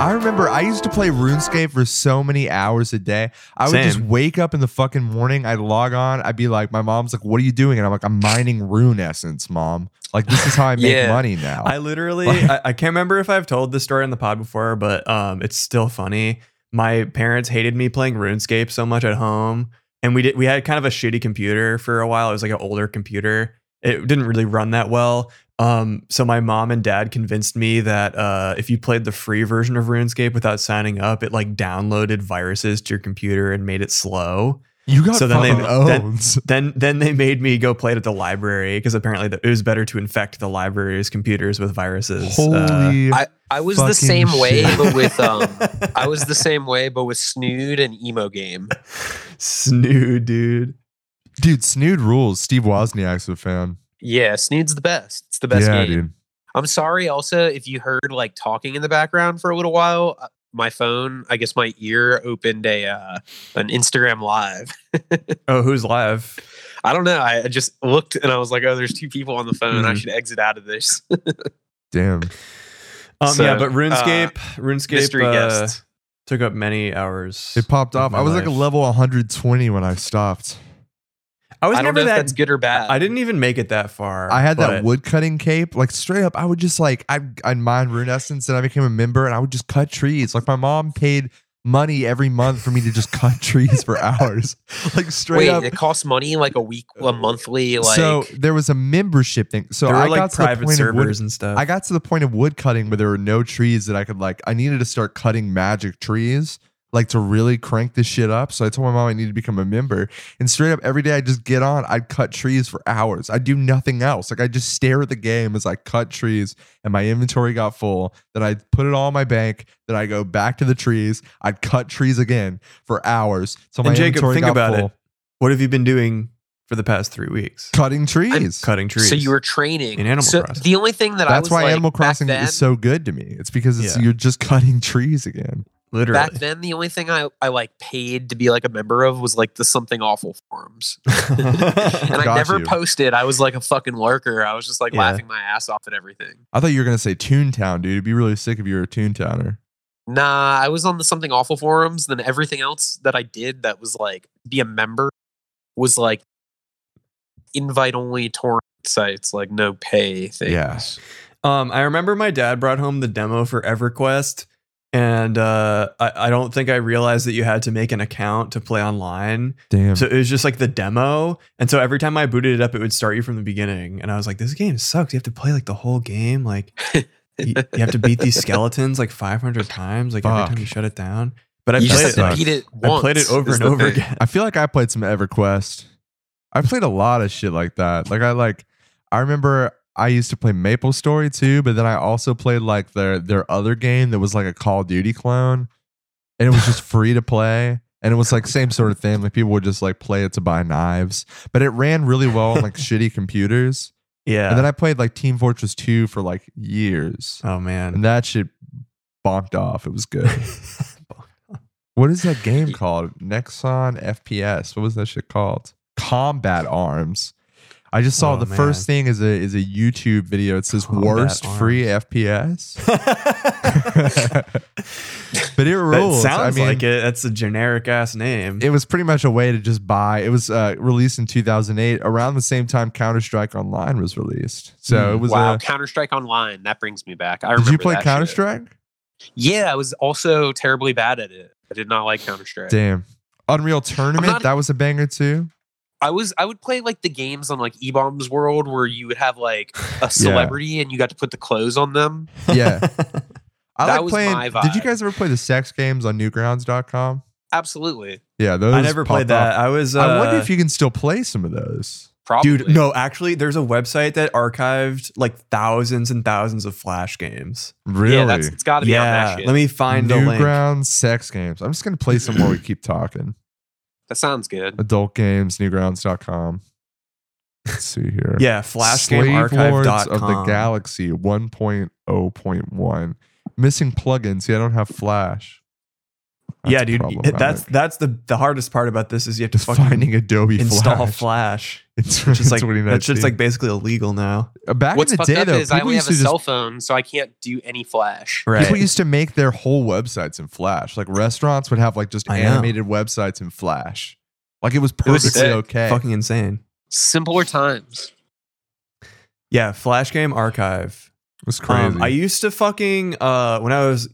S3: I remember I used to play RuneScape for so many hours a day. I would just
S1: Same.
S3: wake up in the fucking morning, I'd log on, I'd be like, my mom's like, what are you doing? And I'm like, I'm mining rune essence, mom. Like, this is how I make
S2: Yeah.
S3: money now.
S1: I literally, I, I can't remember if I've told this story on the pod before, but um, it's still funny. My parents hated me playing RuneScape so much at home, and we did. We had kind of a shitty computer for a while. It was like an older computer. It didn't really run that well. Um, so my mom and dad convinced me that uh, if you played the free version of RuneScape without signing up, it like downloaded viruses to your computer and made it slow.
S3: you got
S1: so then they-
S3: fucking
S1: then-
S3: owns.
S1: Then then they made me go play it at the library because apparently the, it was better to infect the library's computers with viruses. Uh, [laughs]
S3: Holy.
S2: I, I was
S3: Fucking
S2: the same way,
S3: shit.
S2: but with
S3: [laughs]
S2: um, I was the same way, but with Snood and Emo Game.
S1: Snoo, dude.
S3: dude, Snood rules. Steve Wozniak's a fan.
S2: Yeah, Snood's the best. It's the best
S3: yeah,
S2: game.
S3: dude.
S2: I'm sorry. Also, if you heard like talking in the background for a little while, uh, my phone, I guess my ear opened a uh, an Instagram live.
S1: Oh, who's live?
S2: I don't know. I I just looked and I was like, oh, there's two people on the phone. I
S3: Mm-hmm.
S1: Mhm.
S2: should exit out of this.
S3: Damn.
S1: Um,
S2: So,
S1: yeah, but RuneScape, RuneScape
S2: Mystery
S1: uh,
S2: guest.
S1: took up many hours.
S3: It popped
S1: Of
S3: off.
S1: my
S3: I was like a
S1: life.
S3: level 120 when I stopped.
S1: I was
S2: I don't
S1: never
S2: know if
S1: that.
S2: that's good or bad.
S1: I didn't even make it that far.
S3: I had that
S1: but-
S3: wood cutting cape. Like straight up, I would just like I I'd mine rune essence and I became a member and I would just cut trees. Like my mom paid money every month for me to just cut [laughs] trees for hours. [laughs] Like straight
S2: Wait,
S3: up.
S2: it costs money like a week,
S1: Uh,
S2: a monthly, like.
S3: so there was a membership thing. So
S1: There were
S3: I got
S1: like
S3: to the
S1: private
S3: point of wood
S1: servers and stuff.
S3: I got to the point of wood cutting where there were no trees that I could like. I needed to start cutting magic trees, like to really crank this shit up. So I told my mom I need to become a member. And straight up every day I just get on, I'd cut trees for hours. I'd do nothing else. Like I just stare at the game as I cut trees and my inventory got full. Then I'd put it all in my bank. Then I go back to the trees. I'd cut trees again for hours. So my
S1: and Jacob,
S3: inventory
S1: think
S3: got
S1: about
S3: full.
S1: it. What have you been doing for the past three weeks?
S3: Cutting trees.
S1: Cutting trees.
S2: So you were training.
S1: In Animal
S2: so
S1: Crossing.
S2: the only thing that I
S3: That's
S2: was
S3: why
S2: like,
S3: Animal
S2: back
S3: Crossing
S2: then,
S3: is so good to me. It's because it's
S1: Yeah.
S3: you're just cutting trees again.
S1: literally.
S2: back then the only thing I, I like paid to be like a member of was like the something awful
S3: [laughs]
S2: forums.
S1: [laughs]
S2: [laughs] and I
S3: Got
S2: never
S3: you.
S2: posted. I was like a fucking lurker. I was just like
S1: Yeah.
S2: laughing my ass off at everything.
S3: I thought you were gonna say Toontown, dude. It'd be really sick if you were a Toontowner.
S2: Nah, I was on the something awful forums. Then everything else that I did that was like be a member was like invite only torrent sites, like no pay things.
S3: Yeah.
S1: Um, I remember my dad brought home the demo for EverQuest, and uh, I, I don't think I realized that you had to make an account to play online.
S3: Damn.
S1: So it was just like the demo, and so every time I booted it up, it would start you from the beginning, and I was like, "This game sucks. You have to play like the whole game. Like
S2: [laughs]
S1: you, you have to beat these skeletons like 500 times. Like
S3: Fuck.
S1: every time you shut it down." But I
S2: you
S1: played it.
S2: just have to
S1: Like,
S2: beat it
S1: I
S2: once.
S1: played it over
S2: is
S1: and
S2: the
S1: over
S2: thing.
S1: again.
S3: I feel like I played some EverQuest. I played a lot of shit like that. Like I like I remember I used to play Maple Story too, but then I also played like their their other game that was like a Call of Duty clone. And it
S1: [laughs]
S3: was just free to play. And it was like same sort of thing. Like people would just like play it to buy knives. But it ran really well
S1: [laughs]
S3: on like shitty computers.
S1: Yeah.
S3: And then I played like Team Fortress 2 for like years.
S1: oh man.
S3: and that shit bonked off. It
S1: [laughs]
S3: was good. what is that game called? Nexon FPS. What was that shit called? Combat Arms. I just saw
S1: Oh,
S3: the first thing is a is a YouTube video. It says
S1: Combat
S3: worst free [laughs] FPS.
S1: [laughs]
S2: [laughs]
S3: but it
S1: That
S3: rules.
S1: sounds
S3: I mean,
S1: like it. That's a generic ass name.
S3: it was pretty much a way to just buy. It was uh, released in 2008, around the same time Counter Strike Online was released. So
S1: Mm.
S3: it was.
S2: wow,
S3: a,
S2: Counter Strike Online. That brings me back. I
S3: did
S2: remember
S3: you play
S2: that shit.
S3: Counter Strike?
S2: Yeah, I was also terribly bad at it. I did not like Counter Strike.
S3: Damn, Unreal Tournament.
S2: not-
S3: that was a banger
S1: [laughs]
S3: too.
S2: I was I would play like the games on like E-Bombs World where you would have like
S1: [sighs]
S2: a celebrity and you got to put the clothes on them.
S1: [laughs]
S3: Yeah. I
S2: That
S3: like
S2: was
S3: playing.
S2: my
S3: Did you
S2: vibe.
S3: guys ever play the sex games on newgrounds.com?
S2: Absolutely.
S3: Yeah, those.
S1: I never played
S3: popped off.
S1: that. I was. Uh,
S3: I wonder if you can still play some of those.
S2: Probably.
S1: Dude, no, actually, there's a website that archived like thousands and thousands of Flash games.
S3: Really?
S2: Yeah, that's, it's got to be on that
S1: yeah,
S2: shit.
S1: let me find the link.
S3: Newgrounds, sex games. I'm just gonna play some more. We keep talking.
S2: that sounds good.
S3: Adult games, newgrounds.com. Let's see here.
S1: Yeah, Flash Game
S3: Slave Lords of the
S1: Archive.com.
S3: Galaxy 1.0.1. Missing plugins. See, I don't have Flash. That's
S1: yeah, dude,
S3: problematic.
S1: that's that's the the hardest part about this is you have to
S3: Just
S1: fucking
S3: finding Adobe
S1: install [laughs]
S3: Flash.
S1: Flash.
S3: It's
S1: Which is like that's
S3: 2019.
S1: just like basically illegal now.
S3: Uh, back
S2: What's
S3: in the
S2: fucked
S3: day
S2: up
S3: though.
S2: is I
S3: people
S2: only have a
S3: used to just
S2: cell phone, so I can't do any flash.
S1: Right.
S3: People used to make their whole websites in Flash. Like restaurants would have like just
S1: I know.
S3: animated websites in Flash. Like it was
S2: was
S3: perfectly
S2: sick.
S3: okay.
S1: Fucking insane.
S2: Simpler times.
S1: Yeah, Flash Game Archive.
S3: it was crazy.
S1: Um, I used to fucking uh when I was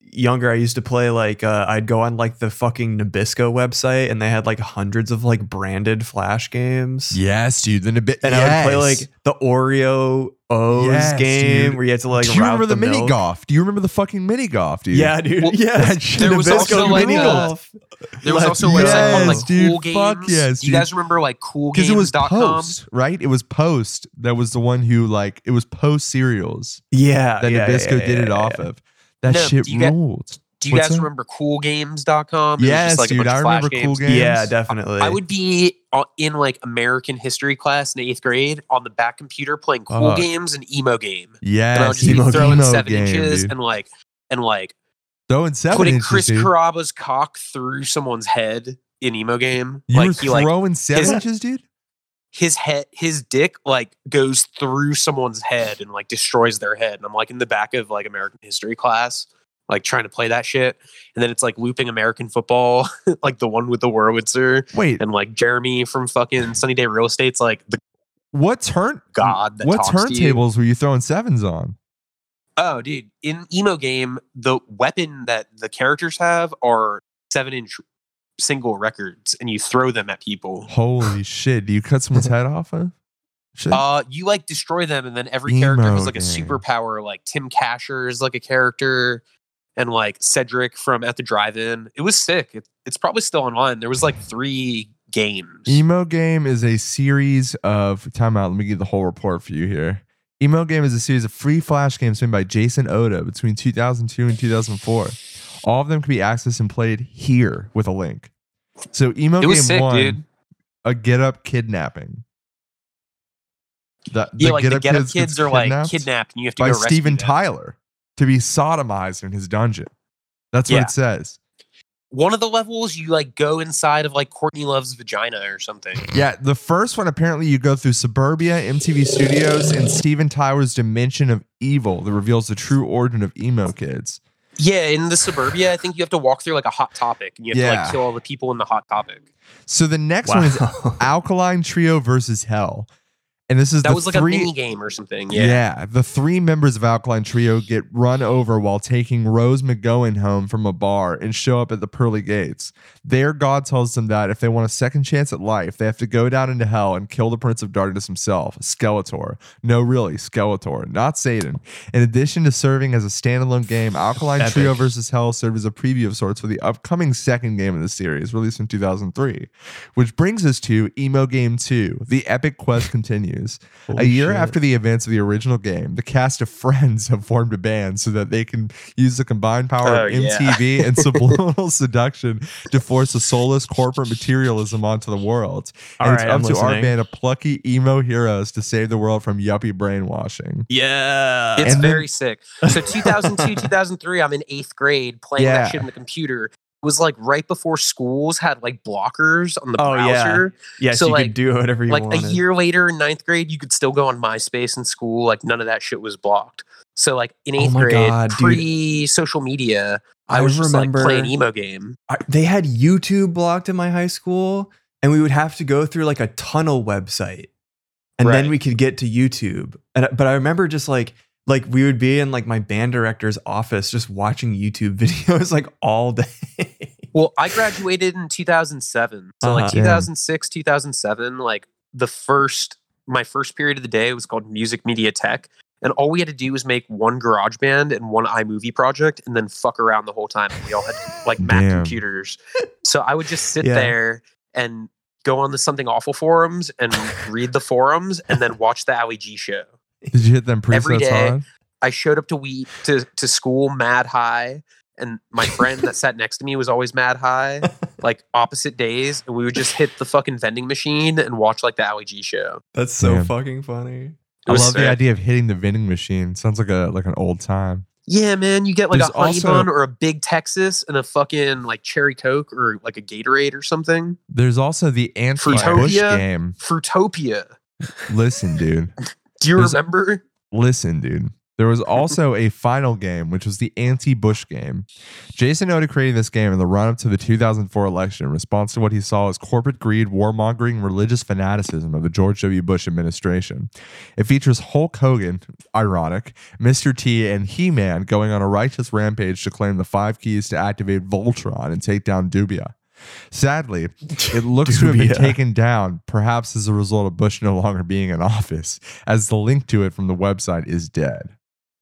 S1: younger, I used to play like uh I'd go on like the fucking Nabisco website and they had like hundreds of like branded Flash games.
S3: yes, dude. Then a bit.
S1: And I would play like the Oreo O's
S3: Yes,
S1: game
S3: dude.
S1: where you had to like
S3: Do you
S1: route
S3: remember the, mini
S1: milk.
S3: golf? Do you remember the fucking mini golf, dude?
S1: Yeah, dude.
S2: Well,
S1: yeah. [laughs]
S3: that shit-
S2: there was
S1: Nabisco
S2: also, like,
S1: mini
S2: uh,
S1: golf.
S2: There was
S1: Like,
S2: also a website called
S3: yes,
S2: like
S3: dude,
S2: Cool Games.
S3: fuck yes,
S2: do you
S3: dude.
S2: guys remember like Cool
S3: because
S2: Games?
S3: it was
S2: dot com?
S3: Post, right? It was Post that was the one who like it was Post cereals
S1: yeah.
S3: that
S1: Uh, yeah,
S3: Nabisco
S1: yeah, yeah,
S3: did it
S1: yeah,
S3: off
S1: yeah.
S3: of. That
S2: No,
S3: shit
S2: do you get-
S3: ruled.
S2: Do you
S3: What's
S2: guys
S3: that?
S2: remember CoolGames.com? It was
S3: Yes,
S2: just, like, a
S3: dude.
S2: bunch
S3: I
S2: of Flash
S3: remember cool
S2: games.
S3: games.
S1: Yeah, definitely.
S2: I would be uh, in like American history class in eighth grade on the back computer playing cool
S3: Fuck.
S2: games and emo game. And I would
S3: Uh-huh. Yes,
S2: just be
S1: emo
S2: throwing
S1: game.
S2: seven inches
S3: dude.
S2: and like and like
S3: throwing seven
S2: putting
S3: inches,
S2: Chris
S3: dude.
S2: Caraba's cock through someone's head in emo game.
S3: You
S2: like
S3: were
S2: he like
S3: throwing seven
S2: his-
S3: inches, dude.
S2: his head his dick like goes through someone's head and like destroys their head and i'm like in the back of like american history class like trying to play that shit and then it's like looping american football [laughs] like the one with the Wurlitzer
S3: Wait,
S2: and like jeremy from fucking sunny day real estate's like the
S3: what turn?
S2: god that
S3: What
S2: talks to you.
S3: turntables were you throwing sevens on?
S2: oh dude in emo game the weapon that the characters have are seven inch single records and you throw them at people
S3: Holy shit! Do you cut someone's head off of? Shit.
S2: Uh, you like destroy them, and then every character
S3: Emo
S2: has like a
S3: game.
S2: superpower. Like Tim Casher is like a character, and like Cedric from At the Drive-In. It was sick. It, it's probably still online. There was like three games.
S3: Emo Game is a series of time out. Let me get the whole report for you here. Emo Game is a series of free flash games made by Jason Oda between 2002 and 2004. All of them can be accessed and played here with a link. So Emo
S2: It
S3: Game
S2: was sick,
S3: One,
S2: dude.
S3: a get up kidnapping. The,
S2: yeah, like the Get Up Kids,
S3: gets
S2: are like
S3: kidnapped
S2: kidnapped, and you have to
S3: by
S2: go rescue
S3: Steven
S2: them.
S3: Tyler to be sodomized in his dungeon. That's what
S2: Yeah.
S3: it says.
S2: One of the levels, you like go inside of like Courtney Love's vagina or something.
S3: Yeah, the first one apparently you go through Suburbia, MTV Studios, and Steven Tyler's Dimension of Evil that reveals the true origin of emo kids.
S2: Yeah, in the suburbia, I think you have to walk through like a hot topic, and you have to
S3: Yeah.
S2: like kill all the people in the hot topic.
S3: So the next
S2: [laughs]
S3: one is
S1: Wow.
S3: Alkaline Trio versus Hell, and this is
S2: That
S3: the
S2: was like
S3: three.
S2: a mini game or something.
S3: yeah.
S2: Yeah.
S3: the three members of Alkaline Trio get run over while taking Rose McGowan home from a bar and show up at the pearly gates. There, God tells them that if they want a second chance at life, they have to go down into hell and kill the Prince of Darkness himself, Skeletor. No, really, Skeletor, not Satan. In addition to serving as a standalone game, Alkaline
S1: Epic.
S3: Trio versus Hell served as a preview of sorts for the upcoming second game of the series, released in 2003. Which brings us to Emo Game 2. The epic quest continues. [laughs] a year after the events of the original game, the cast of Friends [laughs] have formed a band so that they can use the combined power
S2: Oh,
S3: of
S2: yeah.
S3: MTV
S2: [laughs]
S3: and subliminal seduction to force a soulless corporate materialism onto the world. And
S1: All
S3: it's
S1: right,
S3: up
S1: I'm
S3: to our
S1: listening.
S3: band of plucky emo heroes to save the world from yuppie brainwashing.
S1: Yeah.
S2: It's
S3: And then-
S2: very sick. So 2002, 2003, I'm in eighth grade playing
S3: Yeah.
S2: that shit on the computer. It was like right before schools had like blockers on the
S1: Oh, yeah.
S2: browser.
S1: Yes,
S2: So,
S1: you
S2: like-
S1: could do whatever you
S2: like
S1: wanted.
S2: a year later in ninth grade, you could still go on MySpace in school. Like none of that shit was blocked. So like in
S1: Oh
S2: eighth
S1: my
S2: grade,
S1: God, dude.
S2: pre social media, I, was just like playing emo game.
S1: I- they had YouTube blocked in my high school, and we would have to go through like a tunnel website, and then
S2: Right.
S1: we could get to YouTube. And but I remember just like like we would be in like my band director's office just watching YouTube [laughs] videos like all day. [laughs]
S2: Well, I graduated in 2007. So
S1: Uh-huh.
S2: like
S1: Damn.
S2: 2006, 2007, like the first my first period of the day was called Music Media Tech, and all we had to do was make one garage band and one iMovie project and then fuck around the whole time. And we all had like Mac
S3: Damn.
S2: computers. So I would just sit
S1: Yeah.
S2: there and go on the something awful forums and read the forums and then watch the Ali G show.
S3: Did you hit them presets
S2: Every day.
S3: on?
S2: I showed up to we to, to school mad high, and my friend that sat next to me was always mad
S3: [laughs]
S2: high, like opposite days, and we would just hit the fucking vending machine and watch like the Ali G show.
S1: That's so
S3: Damn.
S1: fucking funny.
S2: It
S3: I
S2: was
S3: love the
S2: sick.
S3: idea of hitting the vending machine. Sounds like a like an old time.
S2: Yeah, man, you get like
S3: There's
S2: a honey
S3: also-
S2: bun or a big Texas and a fucking like cherry coke or like a Gatorade or something.
S3: There's also the anti Bush
S2: Fruitopia?
S3: game.
S2: Fruitopia.
S3: Listen, dude.
S2: Do you
S3: There's-
S2: remember?
S3: Listen, dude. There was also a final game, which was the anti Bush game. Jason Oda created this game in the run up to the 2004 election in response to what he saw as corporate greed, warmongering, religious fanaticism of the George W. Bush administration. It features Hulk Hogan, ironic, Mr. T, and He Man going on a righteous rampage to claim the five keys to activate Voltron and take down Dubia. Sadly, it looks to have been
S1: Dubia.
S3: taken down, perhaps as a result of Bush no longer being in [laughs] office, as the link to it from the website is dead.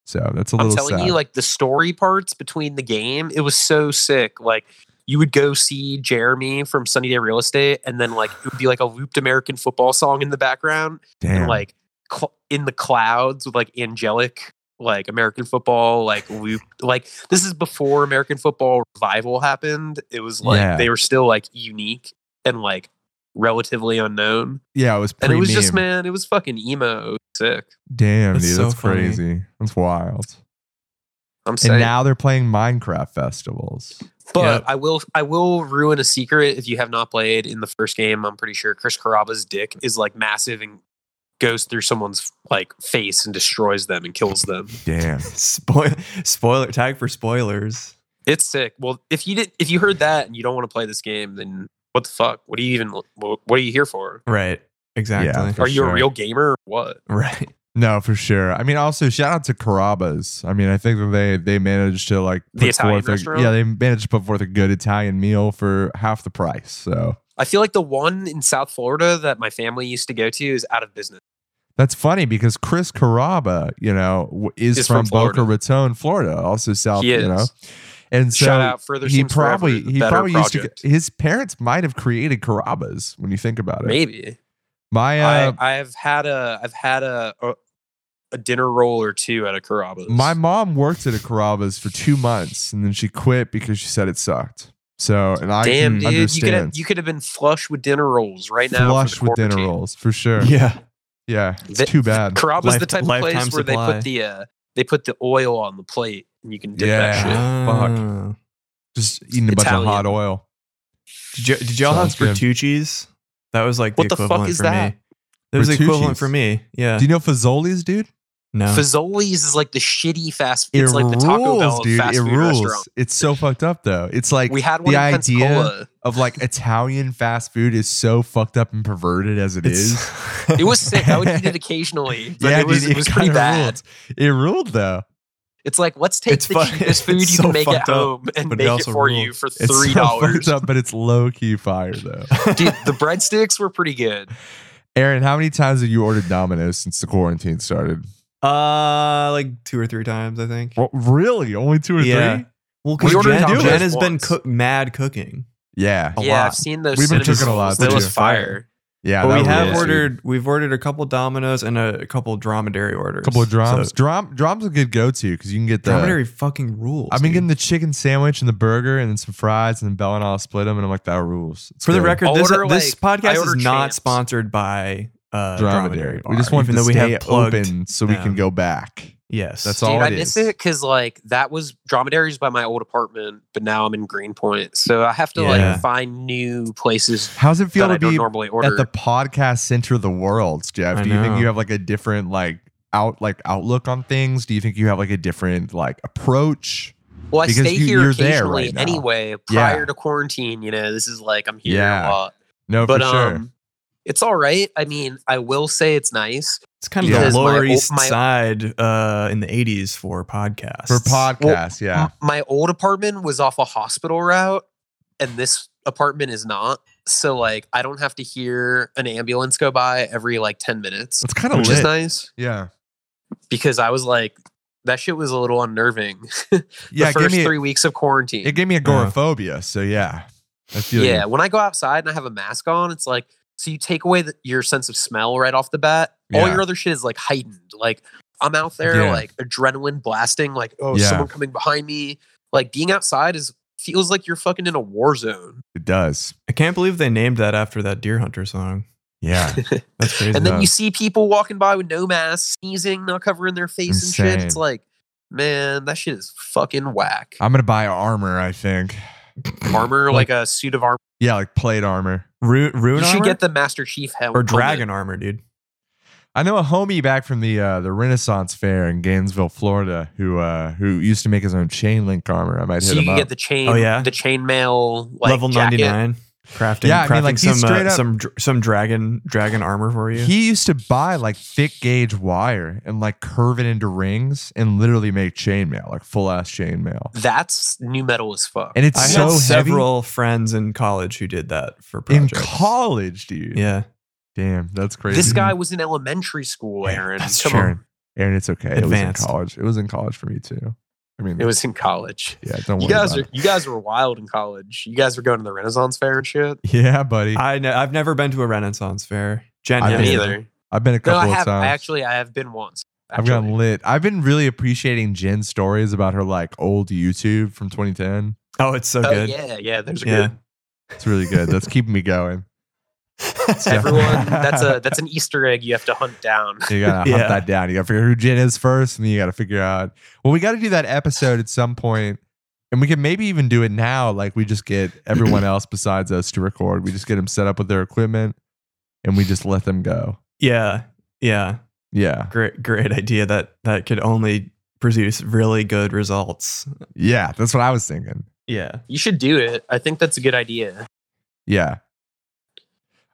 S3: So that's a
S2: I'm
S3: little
S2: telling
S3: sad.
S2: you, like the story parts between the game, it was so sick. Like you would go see Jeremy from Sunnyday Real Estate, and then like it would be like a looped American football song in the background,
S3: Damn.
S2: and like cl- in the clouds with like angelic like American football, like loop. Like this is before American football revival happened. It was like
S3: Yeah.
S2: they were still like unique and like relatively unknown,
S3: yeah, it was
S2: and
S3: pretty
S2: it was just man, it was fucking emo, It was sick.
S3: Damn,
S1: That's
S3: dude,
S1: so
S3: that's
S1: funny.
S3: crazy. That's wild.
S2: I'm saying
S3: And now they're playing Minecraft festivals.
S2: But
S1: Yep.
S2: I will I will ruin a secret if you have not played in the first game. I'm pretty sure Chris Caraba's dick is like massive and goes through someone's like face and destroys them and kills them.
S3: Damn.
S1: Spoil spoiler tag for spoilers.
S2: It's sick. Well, if you did if you heard that and you don't want to play this game, then what the fuck? What are you even what what are you here for?
S1: Right. Exactly.
S3: For
S2: are you
S3: sure.
S2: a real gamer or what?
S1: Right.
S3: No, for sure. I mean, also shout out to Carabas. I mean, I think that they they managed to like
S2: The Italian
S3: forth a,
S2: restaurant?
S3: yeah they managed to put forth a good Italian meal for half the price. So
S2: I feel like the one in South Florida that my family used to go to is out of business.
S3: that's funny because Chris Caraba, you know, w- is
S2: Is
S3: from,
S2: from
S3: Boca
S2: Florida.
S3: Raton, Florida, also south.
S2: He
S3: You
S2: is.
S3: know, and so
S2: Shout out further
S3: he
S2: Seems Forever,
S3: probably
S2: the
S3: he
S2: better
S3: probably used to
S2: project.
S3: his parents might have created Carabas when you think about it.
S2: Maybe.
S3: My uh,
S2: I, I've had a I've had a, a a dinner roll or two at a Carrabba's.
S3: My mom worked at a Carrabba's for two months and then she quit because she said it sucked. So, and I
S2: damn
S3: can
S2: dude, you could have,
S3: mm, understand.
S2: you could have been flush with dinner rolls right now. for
S3: Flush
S2: the
S3: with dinner
S2: quarantine.
S3: rolls for sure. Yeah,
S1: Yeah.
S3: it's
S2: The-
S3: too bad.
S2: Carrabba's
S1: Life-
S2: the type of
S1: lifetime
S2: place where they
S1: supply.
S2: put the uh, they put the oil on the plate and you can dip that
S3: Yeah.
S2: shit.
S1: Ah.
S3: Just eating a bunch of hot
S2: Italian.
S3: oil.
S1: Did, y- did y'all have
S3: Sounds good.
S1: Bertucci's? That was like
S2: What
S1: the
S2: the fuck
S1: equivalent
S2: is
S1: for
S2: that?
S1: me. That was the equivalent
S3: Bertucci's.
S1: for me. Yeah.
S3: Do you know Fazoli's, dude?
S1: no.
S2: Fazoli's is like the shitty fast. It's like the Taco Bell of fast
S3: It
S2: food
S3: rules.
S2: restaurant.
S3: It's so fucked up, though. It's like
S2: we had one
S3: the
S2: in
S3: idea
S2: Pensacola.
S3: of like Italian fast food is so fucked up and perverted as it
S2: [laughs]
S3: is.
S2: It was sick. I would
S3: [laughs]
S2: eat it occasionally, but
S3: yeah,
S2: it was,
S3: dude,
S2: it was pretty
S3: kinda
S2: bad.
S3: Ruled. It ruled though.
S2: It's like let's take
S1: It's
S2: the
S1: fu-
S3: [laughs]
S2: cheapest food you
S1: it's so
S2: can make
S1: fucked
S2: at
S1: up,
S2: home and
S1: but it
S2: make it
S1: also
S2: for
S1: rules.
S2: you for
S3: It's so [laughs]
S2: three dollars.
S3: fucked up, but it's low key fire
S2: [laughs]
S3: though.
S2: Dude, the breadsticks were pretty good.
S3: Aaron, how many times have you ordered Domino's since the quarantine started?
S1: Uh, like two or three times, I think.
S3: Well, really? Only two or
S1: yeah.
S3: three?
S1: Well, because
S2: We ordered
S1: Jen,
S2: tacos
S1: Jen has been
S2: once.
S1: cook, mad cooking.
S3: Yeah.
S1: A
S2: yeah,
S1: lot.
S2: I've seen those.
S3: We've been
S2: cinnamon
S3: cooking a lot,
S2: rolls. That
S3: too.
S2: was fire.
S3: Yeah.
S1: but
S3: that
S1: we have
S3: rules, dude.
S1: ordered. We've ordered a couple Domino's and a, couple dromedary orders.
S3: a couple of drums.
S1: So,
S3: Drum drums a good go to because you can get the
S1: dromedary fucking rules.
S3: I've been
S1: dude.
S3: getting the chicken sandwich and the burger and then some fries and then Bell and I'll split them and I'm like that rules. It's
S1: For the
S3: good.
S1: record,
S2: I'll
S1: this,
S2: order,
S1: this
S2: like,
S1: podcast
S2: I
S1: is
S2: order
S1: not
S2: champs.
S1: sponsored by uh,
S3: dromedary.
S1: Dromedary.
S3: We just
S1: Bar,
S3: want
S1: even
S3: to
S1: though we
S3: stay
S1: have plugged.
S3: open so we can
S1: them.
S3: go back.
S1: Yes,
S3: That's
S2: Dude,
S3: all
S2: I
S3: it
S2: miss
S3: is.
S2: it because like that was dromedaries by my old apartment, but now I'm in Greenpoint, so I have to
S1: Yeah.
S2: like find new places
S3: How's it feel
S2: that I
S3: to
S2: don't
S3: be
S2: normally order.
S3: at the podcast center of the world, Jeff?
S1: I
S3: Do you think
S1: know.
S3: you have like a different like out like outlook on things? Do you think you have like a different like approach?
S2: well, I
S3: because
S2: stay
S3: you-
S2: here
S3: you're there
S2: occasionally
S3: right now.
S2: anyway.
S3: Yeah.
S2: Prior to quarantine, you know, this is like I'm here a
S3: Yeah.
S2: lot,
S3: No,
S2: but
S3: for sure.
S2: um, it's all right. I mean, I will say it's nice.
S1: It's kind of
S3: Yeah.
S1: the
S2: Because my
S1: Lower
S2: ol-
S1: East
S2: my-
S1: Side uh, in the '80s for podcasts.
S3: for podcasts, yeah.
S2: my old apartment was off a hospital route and this apartment is not so like i don't have to hear an ambulance go by every like 10 minutes
S3: It's kind of
S2: which
S3: Mm, lit.
S2: is nice
S3: yeah.
S2: because i was like that shit was a little unnerving [laughs] the
S3: Yeah, it gave
S2: first
S3: me
S2: three weeks of quarantine
S3: it gave me agoraphobia, so yeah. I feel you.
S2: yeah, when I go outside and I have a mask on, it's like so you take away the, your sense of smell right off the bat. All
S3: Yeah.
S2: your other shit is like heightened. Like I'm out there,
S3: Yeah.
S2: like adrenaline blasting. Like oh,
S3: Yeah.
S2: someone coming behind me. Like being outside is feels like you're fucking in a war zone.
S3: It does.
S1: I can't believe they named that after that Deer Hunter song.
S3: Yeah.
S1: That's crazy.
S2: And then
S3: Yeah.
S2: you see people walking by with no masks, sneezing, not covering their face and shit. It's
S3: Insane. Uh,
S2: like, man, that shit is fucking whack.
S3: I'm gonna buy armor. I think.
S2: Armor, like a suit of armor.
S3: Yeah, like plate armor.
S1: Ru- Rune
S2: You should
S1: armor?
S2: get the Master Chief hel-
S1: or
S2: helmet.
S1: dragon armor, dude.
S3: I know a homie back from the uh, the Renaissance Fair in Gainesville, Florida, who uh, who used to make his own chain link armor. I might
S2: So
S3: hit
S2: you
S3: him
S2: can
S3: up.
S2: get the chain,
S1: Oh, yeah?
S2: the chainmail like,
S1: Level
S2: jacket.
S1: ninety nine. Crafting,
S3: Yeah, I
S1: crafting
S3: mean, like, he's
S1: some
S3: straight
S1: uh,
S3: up-
S1: some dr- some dragon dragon armor for you.
S3: he used to buy like thick gauge wire and like curve it into rings and literally make chainmail, like full ass chainmail.
S2: That's new metal as fuck.
S3: And it's
S1: I
S3: so
S1: had
S3: heavy
S1: several friends in college who did that for
S3: in
S1: projects.
S3: college, dude.
S1: yeah,
S3: Damn, that's crazy.
S2: this guy was in elementary school, Aaron.
S1: that's
S2: Come
S1: true.
S2: on.
S3: Aaron, Aaron, it's okay. It was
S1: Advanced.
S3: in college. It was in college for me too. I mean,
S2: It was in college.
S3: yeah, don't
S2: You
S3: worry.
S2: guys
S3: about
S2: are
S3: it.
S2: you guys were wild in college. You guys were going to the Renaissance Fair and shit.
S3: Yeah, buddy. I,
S1: I know, I've never been to a Renaissance fair. Jen,
S3: I
S2: Yeah,
S1: yeah,
S2: me
S3: didn't.
S2: either.
S3: have been a
S2: No,
S3: couple
S2: I
S3: of
S2: have.
S3: times.
S2: I actually I have been once.
S3: I've gotten
S2: actually.
S3: lit. I've been really appreciating Jen's stories about her like old YouTube from 2010.
S1: Oh, it's so
S2: Oh
S1: good.
S2: yeah, yeah. There's a
S1: Yeah.
S2: good
S3: It's really good. That's keeping me going.
S1: [laughs]
S3: It's
S2: [laughs]
S3: definitely-
S2: everyone. That's
S3: [laughs]
S2: a that's an Easter egg you have to hunt down.
S3: You gotta hunt
S1: Yeah.
S3: that down. You gotta figure who Jen is first, and then you gotta figure out. Well, we gotta do that episode at some point, and we can maybe even do it now. Like we just get everyone else besides us to record. We just get them set up with their equipment, and we just let them go.
S1: Yeah, yeah.
S3: Yeah,
S1: Great, great idea. That that could only produce really good results.
S3: yeah. That's what I was thinking.
S1: Yeah.
S2: You should do it. I think that's a good idea.
S3: Yeah.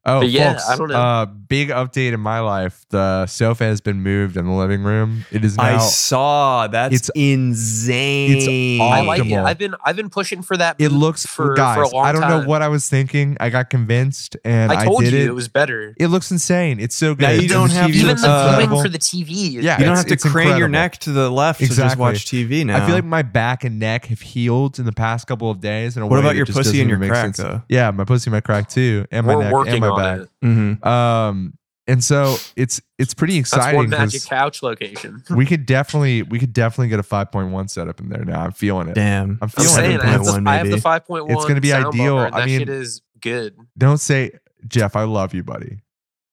S3: Oh,
S2: But yeah,
S3: folks,
S2: I don't know.
S3: Uh, big update in my life. The sofa has been moved in the living room. It is
S1: I
S3: now.
S1: saw that's
S3: it's-
S1: insane.
S3: it's
S2: I like it.
S3: Optimal.
S2: I've been I've been pushing for that.
S3: it
S2: move
S3: looks
S2: for
S3: guys.
S2: for a long
S3: I don't
S2: time.
S3: know what I was thinking. I got convinced, and
S2: I
S3: I,
S2: told
S3: did
S2: you
S3: it.
S2: it was better.
S3: It looks insane. It's so good.
S1: Now you
S3: And
S1: don't
S3: the
S1: have
S3: TV
S1: to-
S2: Even
S3: looks
S2: the
S1: Uh,
S2: viewing
S3: incredible.
S2: for the TV. is-
S3: Yeah,
S1: you don't
S3: it's-
S1: have to
S3: it's
S1: crane your
S3: incredible.
S1: neck to the left to
S3: Exactly.
S1: just watch TV now.
S3: I feel like my back and neck have healed in the past couple of days. And
S1: What about your pussy and your crack though?
S3: Yeah, my pussy, and my crack too, and my
S2: we're
S3: neck
S2: working
S3: and my
S2: on
S3: back.
S2: it.
S1: Mm-hmm.
S3: Um, and so it's it's pretty
S2: That's
S3: exciting
S2: one magic
S3: 'cause
S2: couch location.
S3: we could definitely we could definitely get a five point one setup in there now. I'm feeling it.
S1: Damn,
S3: I'm
S2: I'm
S3: feeling
S2: saying I have, the,
S1: 7.1
S2: I have the
S1: maybe.
S2: 5.1.
S3: It's gonna be
S2: sound
S3: ideal.
S2: bar, and
S3: I
S2: that
S3: mean-
S2: shit is good.
S3: Don't say Jeff, I love you, buddy.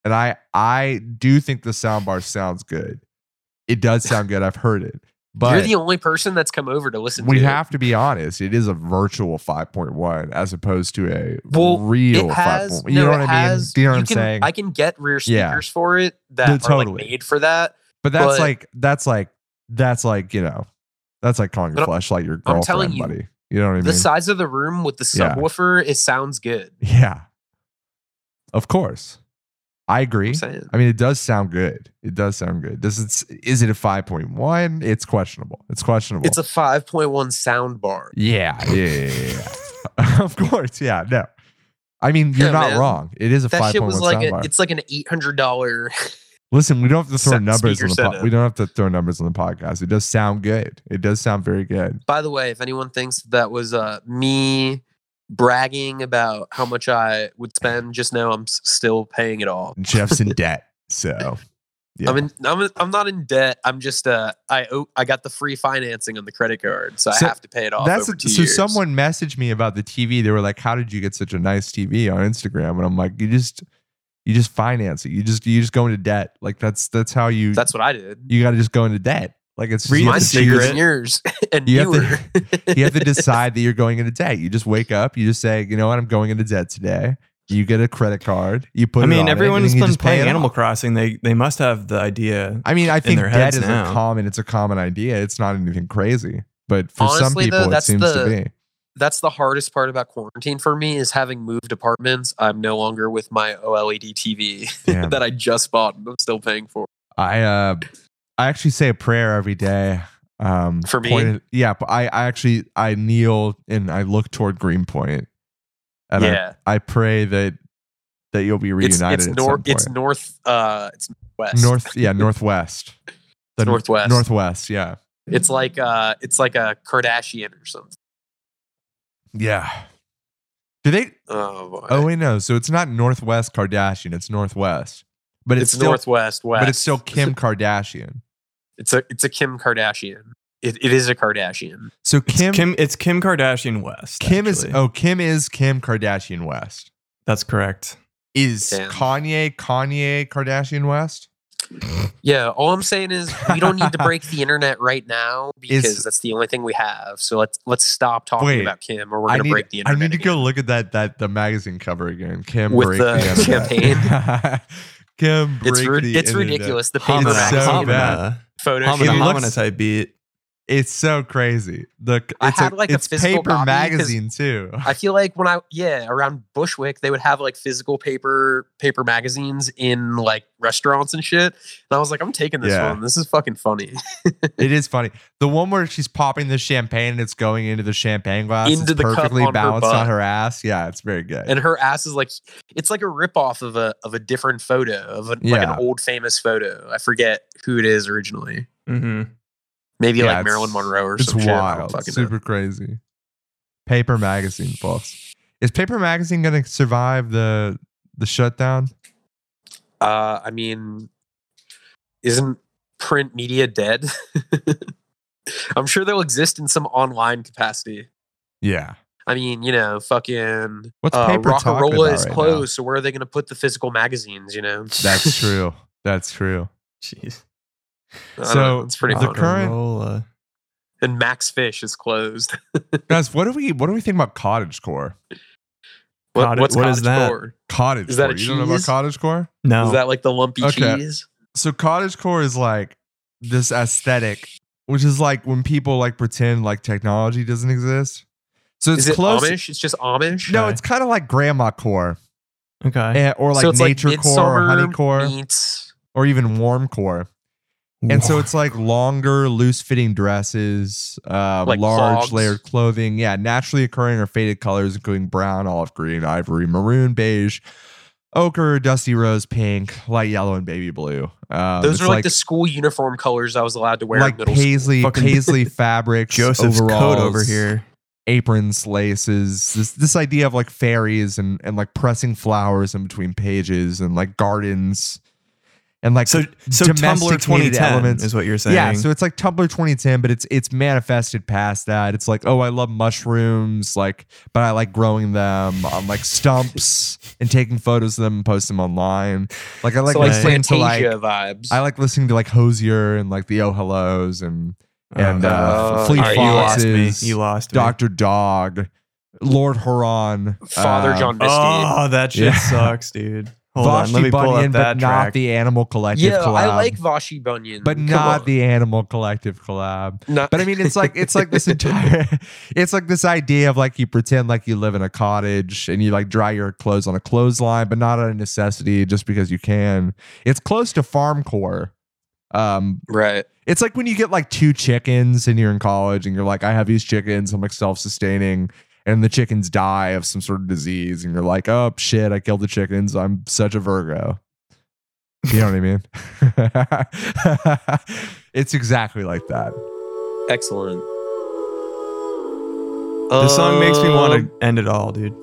S3: And I I do think the soundbar sounds good. It does sound good. I've heard it. But
S2: You're the only person that's come over to listen.
S3: we
S2: to it.
S3: have to be honest. It is a virtual 5.1 as opposed to a
S2: Well,
S3: real
S2: it has.
S3: 5.1. You
S2: no,
S3: know
S2: it
S3: what I mean?
S2: has-
S3: Do you know what
S2: you
S3: I'm
S2: can-
S3: saying?
S2: I can get rear
S3: Yeah.
S2: speakers for it that
S3: Yeah,
S2: are
S3: totally.
S2: like made for that.
S3: but that's
S2: but-
S3: like that's like that's like you know that's like calling your
S2: But
S3: flesh like your
S2: I'm telling
S3: girlfriend,
S2: you,
S3: buddy. You know what I mean?
S2: The size of the room with the
S3: Yeah.
S2: subwoofer, it sounds good.
S3: yeah, of course. I agree.
S2: I'm saying.
S3: I mean, it does sound good. It does sound good. Does it? Is it a five point one? It's questionable. It's questionable.
S2: It's a 5.1 sound bar.
S3: yeah, yeah, yeah, yeah, yeah. [laughs] of course. Yeah, no. I mean, you're
S2: Yeah,
S3: not
S2: man.
S3: wrong. It is a
S2: That
S3: five
S2: shit
S3: point
S2: was
S3: one
S2: like a,
S3: soundbar.
S2: it's like an eight hundred dollar.
S3: Listen, we don't have to throw
S2: Se-
S3: numbers
S2: speaker
S3: on the po-
S2: setup.
S3: we don't have to throw numbers on the podcast. It does sound good. It does sound very good.
S2: By the way, if anyone thinks that was uh, me bragging about how much I would spend, just know I'm s- still paying it all. [laughs]
S3: Jeff's in debt, so yeah.
S2: I'm in, I'm in- I'm not in debt. I'm just uh I owe, I got the free financing on the credit card, so,
S3: So
S2: I have to pay it off.
S3: That's
S2: over
S3: a-
S2: two
S3: so.
S2: years.
S3: Someone messaged me about the TV. They were like, "How did you get such a nice TV on Instagram?" And I'm like, "You just, you just finance it. You just, you just go into debt. Like that's that's how you.
S2: That's what I did.
S3: you got to just go into debt. Like it's just
S1: Read
S3: you
S1: the
S3: have
S2: Mine's
S3: to
S1: secret.
S2: bigger
S3: choose-
S2: than yours [laughs] and
S3: You have to-
S2: newer.
S3: [laughs] you
S1: [laughs]
S3: have to decide that you're going into debt. You just wake up. You just say, "You know what? I'm going into debt today." You get a credit card. You put.
S1: I
S3: it on
S1: mean,
S3: it,
S1: everyone's
S3: and you
S1: been
S3: just pay
S1: playing
S3: it
S1: Animal
S3: off.
S1: Crossing. They they must have the idea.
S3: I mean, I think
S1: their
S3: debt
S1: heads
S3: is a
S1: now.
S3: common. It's a common idea. It's not anything crazy, but for some
S2: Honestly, though,
S3: people, it
S2: that's
S3: seems
S2: the-
S3: to be.
S2: [laughs] That's the hardest part about quarantine for me is having moved apartments. I'm no longer with my E OLED TV
S3: Damn.
S2: [laughs] that I just bought and I'm still paying for.
S3: I uh, I actually say a prayer every day. Um,
S2: For me?
S3: pointed- yeah. But I, I actually I kneel and I look toward Greenpoint, and
S2: Yeah.
S3: I, I pray that that you'll be
S2: It's
S3: reunited.
S2: it's
S3: at
S2: north.
S3: some
S2: It's
S3: point.
S2: north. Uh, it's west.
S3: north. Yeah, northwest. The
S2: Northwest.
S3: Northwest. Yeah.
S2: It's like uh, it's like a Kardashian or something.
S3: Yeah. Do they?
S2: Oh boy.
S3: Oh wait, no. So it's not Northwest Kardashian. It's Northwest, but it's,
S2: it's,
S3: still,
S2: Northwest West.
S3: But it's still Kim Kardashian.
S2: It's a it's a Kim Kardashian. It, it is a Kardashian.
S3: So
S1: It's
S3: Kim, Kim,
S1: Kim, it's Kim Kardashian West.
S3: is
S1: actually.
S3: oh Kim is Kim Kardashian West.
S1: that's correct.
S3: Is
S2: Damn.
S3: Kanye Kanye Kardashian West?
S2: Yeah. All I'm saying is we don't need to break the internet right now because
S3: [laughs] Is-
S2: that's the only thing we have. So let's let's stop talking
S3: Wait,
S2: about Kim or we're
S3: I
S2: gonna
S3: need,
S2: break the
S3: I
S2: internet.
S3: need to
S2: again.
S3: go look at that that the magazine cover again. Kim
S2: With
S3: break
S2: the
S3: [laughs] internet. Kim break
S2: It's rid-
S3: the
S2: it's
S3: internet.
S2: ridiculous. The paper
S3: It's
S1: Homina,
S3: so
S2: magazine
S3: bad.
S1: homina,
S2: photo.
S1: homina,
S3: It
S2: shoot.
S3: looks-
S1: homina type beat.
S3: It's so crazy. The
S2: I
S3: it's
S2: had, like, a
S3: it's
S2: physical
S3: paper
S2: copy 'cause-
S3: magazine too.
S2: I feel like when I yeah around Bushwick they would have like physical paper paper magazines in like restaurants and shit. And I was like, I'm taking this
S3: Yeah.
S2: one. This is fucking
S3: [laughs]
S2: funny.
S3: It is funny. The one where she's popping the champagne and it's going into the champagne glass.
S2: Into
S3: it's
S2: the cup
S3: perfectly
S2: on her
S3: balanced
S2: butt.
S3: on her ass. Yeah, it's very good.
S2: and her ass is like it's like a ripoff of a of a different photo of a, like an
S3: Yeah.
S2: old famous photo. I forget who it is originally.
S1: hmm
S2: Maybe
S3: Yeah,
S2: like
S3: it's-
S2: Marilyn Monroe or
S3: it's
S2: some shit. I don't
S3: wild.
S2: fucking know.
S3: Super crazy. Paper magazine, folks. Is paper magazine going to survive the the shutdown?
S2: Uh, I mean, isn't print media dead? [laughs] I'm sure they'll exist in some online capacity.
S3: Yeah.
S2: I mean, you know, fucking
S3: What's
S2: uh,
S3: paper talking
S2: Rockarola
S3: about
S2: is
S3: right now?
S2: closed, so where are they going to put the physical magazines? You know, [laughs]
S3: That's true. That's true.
S1: Jeez.
S2: I don't
S3: So,
S2: know, it's pretty
S3: the
S2: funny.
S3: current-
S2: uh,
S1: Rock'n'rolla.
S2: and Max Fish is closed. [laughs]
S3: Guys, what do we what do we think about cottage core?
S2: What-
S1: Cottage-
S2: what's
S1: what is
S2: cottage
S1: that?
S2: core?
S3: Cottage
S2: Is that
S3: core.
S2: a
S3: You don't know about
S2: cheese?
S3: cottage core?
S1: No,
S2: Is that like the lumpy
S3: Okay.
S2: cheese?
S3: so cottage core is like this aesthetic which is like when people like pretend like technology doesn't exist so it's
S2: is it
S3: close
S2: Amish? It's just Amish.
S3: no
S1: Okay.
S3: it's kind of like grandma core
S1: okay.
S3: eh, or like
S2: so it's
S3: nature
S2: like
S3: core or honey
S2: Midsummer
S3: core
S2: meets-
S3: or even warm core and so it's like longer loose fitting dresses uh,
S2: Like
S3: large
S2: clogs.
S3: layered clothing yeah naturally occurring or faded colors including brown olive green ivory maroon beige ochre dusty rose pink light yellow and baby blue um,
S2: Those
S3: it's
S2: are like, the school uniform colors I was allowed to wear
S3: like
S2: in middle school.
S3: paisley
S1: Fucking
S2: [laughs]
S3: paisley fabrics
S1: Joseph's
S3: overalls,
S1: coat over here.
S3: aprons laces this this idea of like fairies and and like pressing flowers in between pages and like gardens and like
S1: So, so Tumblr
S3: domesticated
S1: 2010
S3: elements.
S1: is what you're saying.
S3: yeah so it's like tumblr 2010 but it's it's manifested past that it's like oh i love mushrooms like but i like growing them on like stumps and taking photos of them and post them online like i like
S2: so like
S3: listening to like
S2: Fantasia vibes.
S3: I like listening to like Hosier and like the Oh Hellos and and
S1: Oh,
S3: uh,
S2: uh,
S3: Fleet
S1: all right, you lost me.
S3: Foxes,
S1: You lost me.
S3: Doctor Dog, Lord Huron,
S2: Father
S3: uh,
S2: John Misty.
S1: Oh, that shit
S3: Yeah.
S1: sucks, dude. Hold on,
S3: Vashti
S1: let me pull
S3: Bunyan,
S1: up that
S3: but not
S1: track.
S3: the Animal Collective
S2: yeah,
S3: collab,
S2: I like Vashi Bunyan,
S3: but
S2: Come
S3: not
S2: on.
S3: the Animal Collective collab.
S2: Not-
S3: But I mean, it's like it's like this entire, it's like this idea of like you pretend like you live in a cottage and you like dry your clothes on a clothesline, but not out of necessity, just because you can. It's close to farm core, um,
S2: right.
S3: It's like when you get like two chickens and you're in college and you're like, I have these chickens, I'm like self sustaining, and the chickens die of some sort of disease, and you're like, oh shit, I killed the chickens. I'm such a Virgo. You know what I mean? [laughs] it's exactly like that.
S2: Excellent.
S1: This song makes me
S3: Oh.
S1: want to end it all, dude.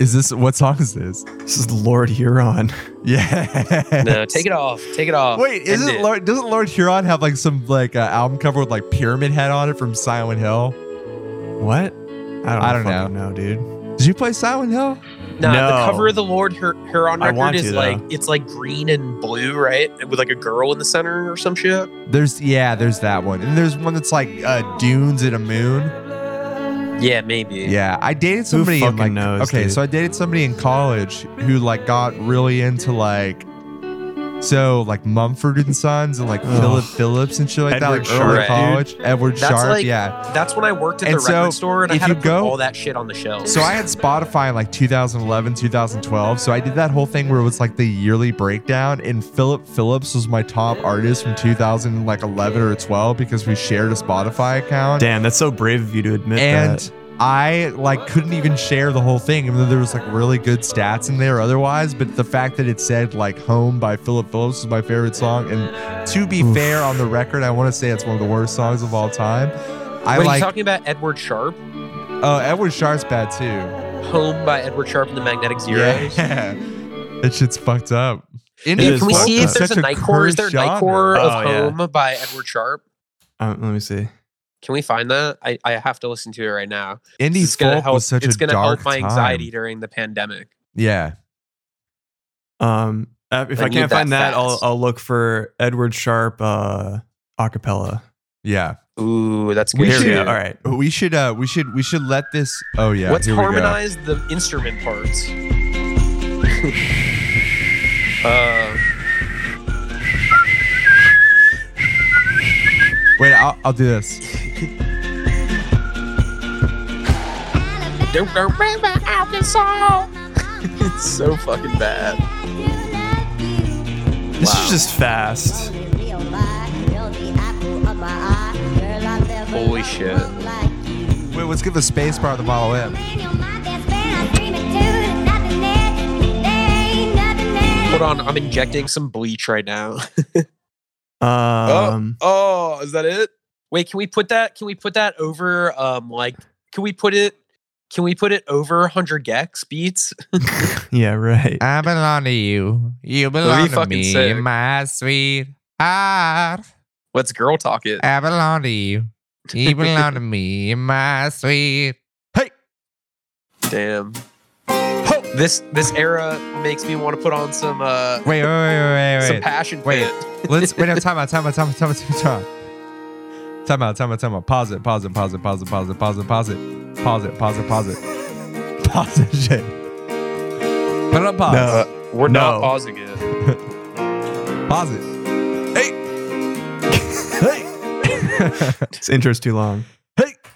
S3: Is this what song is this?
S1: This is Lord Huron. [laughs]
S3: Yeah.
S2: No, take it off. Take it off.
S3: [laughs] Wait,
S2: End
S3: isn't
S2: it.
S3: Lord, doesn't Lord Huron have like some like uh, album cover with like pyramid head on it from Silent Hill?
S1: What? I don't,
S3: I don't
S1: fucking know. dude.
S3: Did you play Silent Hill?
S2: Nah,
S1: No.
S2: the cover of the Lord Hur- Huron
S1: I
S2: record
S1: want
S2: is
S1: to,
S2: like
S1: though.
S2: it's like green and blue, right? With like a girl in the center or some shit.
S3: There's yeah, there's that one, and there's one that's like uh, dunes and a moon.
S2: Yeah, maybe.
S3: Yeah, I dated somebody in
S1: fucking
S3: like
S1: knows,
S3: okay,
S1: dude?
S3: so I dated somebody in college who like got really into like so like Mumford and Sons and like
S1: Ugh.
S3: Philip Phillips and shit like
S1: Edward
S3: that, like early
S2: Sharp, dude.
S3: college. Edward
S2: That's
S3: Sharp,
S2: like-
S3: yeah.
S2: That's when I worked at
S3: And
S2: the
S3: so,
S2: record store, and I
S3: if
S2: had
S3: you
S2: to put
S3: go-
S2: all that shit on the shelf.
S3: So I had Spotify in like 2011, 2012. So I did that whole thing where it was like the yearly breakdown, and Philip Phillips was my top artist from 2000, like 11 or 12, because we shared a Spotify account.
S1: Damn, that's so brave of you to admit
S3: and
S1: that.
S3: I like couldn't even share the whole thing, even though there was like really good stats in there otherwise. But the fact that it said like "Home" by Philip Phillips was my favorite song, and to be
S1: Oof.
S3: fair, on the record, I want to say it's one of the worst songs of all time. I
S2: Wait, you
S3: like
S2: talking about Edward Sharp?
S3: oh Edward Sharp's bad too.
S2: Home by Edward Sharpe and the Magnetic Zeros.
S3: Yeah. [laughs] That shit's fucked up.
S1: It
S2: Dude,
S1: is
S2: can we
S1: fucked
S2: see
S1: up.
S2: if there's
S3: Such
S2: a Nightcore? Is there a
S3: cursed genre.
S2: Nightcore of
S1: Oh, yeah.
S2: Home by Edward Sharpe?
S1: Um, let me see.
S2: Can we find that? I, I have to listen to it right now.
S3: Indie
S2: It's
S3: folk
S2: gonna help.
S3: was such
S2: it's
S3: a
S2: gonna
S3: dark
S2: help my
S3: time.
S2: anxiety during the pandemic.
S3: Yeah,
S1: Um, uh, if
S2: I
S1: I,
S2: need
S1: can't
S2: that
S1: find that, I'll
S2: fast.
S1: I'll look for Edward Sharp uh, acapella.
S3: yeah.
S2: Ooh, that's
S3: We
S2: good.
S1: Here we
S3: should-
S1: go. All right.
S3: We should, uh, we should, we should let this. Oh yeah.
S2: Let's
S3: here we go.
S2: harmonize the instrument
S3: [laughs]
S2: parts. uh,
S3: Wait, I'll, I'll do this.
S2: they're- they're- [laughs] it's so fucking bad.
S1: This is just fast.
S2: Holy shit.
S3: Wait, let's give the space bar the bottle in.
S2: Hold on, I'm injecting some bleach right now. [laughs]
S1: Um,
S2: oh, is that it? Wait, can we put that? Can we put that over? Um, like, can we put it? Can we put it over 100 gex beats? [laughs]
S1: Yeah,
S3: [laughs]
S1: right.
S3: I belong to you. You belong to
S2: fucking
S3: me,
S2: sick.
S3: my sweet heart.
S2: Let's girl talk it.
S3: I belong to you.
S2: [laughs]
S3: You belong to me, my sweet. Hey,
S2: Damn. Ho! This this era makes me want to put on some uh
S3: wait, wait, wait, wait,
S2: some
S3: wait.
S2: passion
S3: Wait.
S2: pit.
S3: Let's wait. No, time out. Time out. Time out. Time out. Time out. Time out. Time out. Time out. Pause it. Pause it. Pause it. Pause it. Pause it. Pause it. Pause it. Pause it. Pause it. Pause it. Pause it. Shit. Put it on pause.
S1: No,
S2: We're not
S1: No.
S2: pausing it.
S3: Pause it. Hey. Hey.
S1: this intro's too long.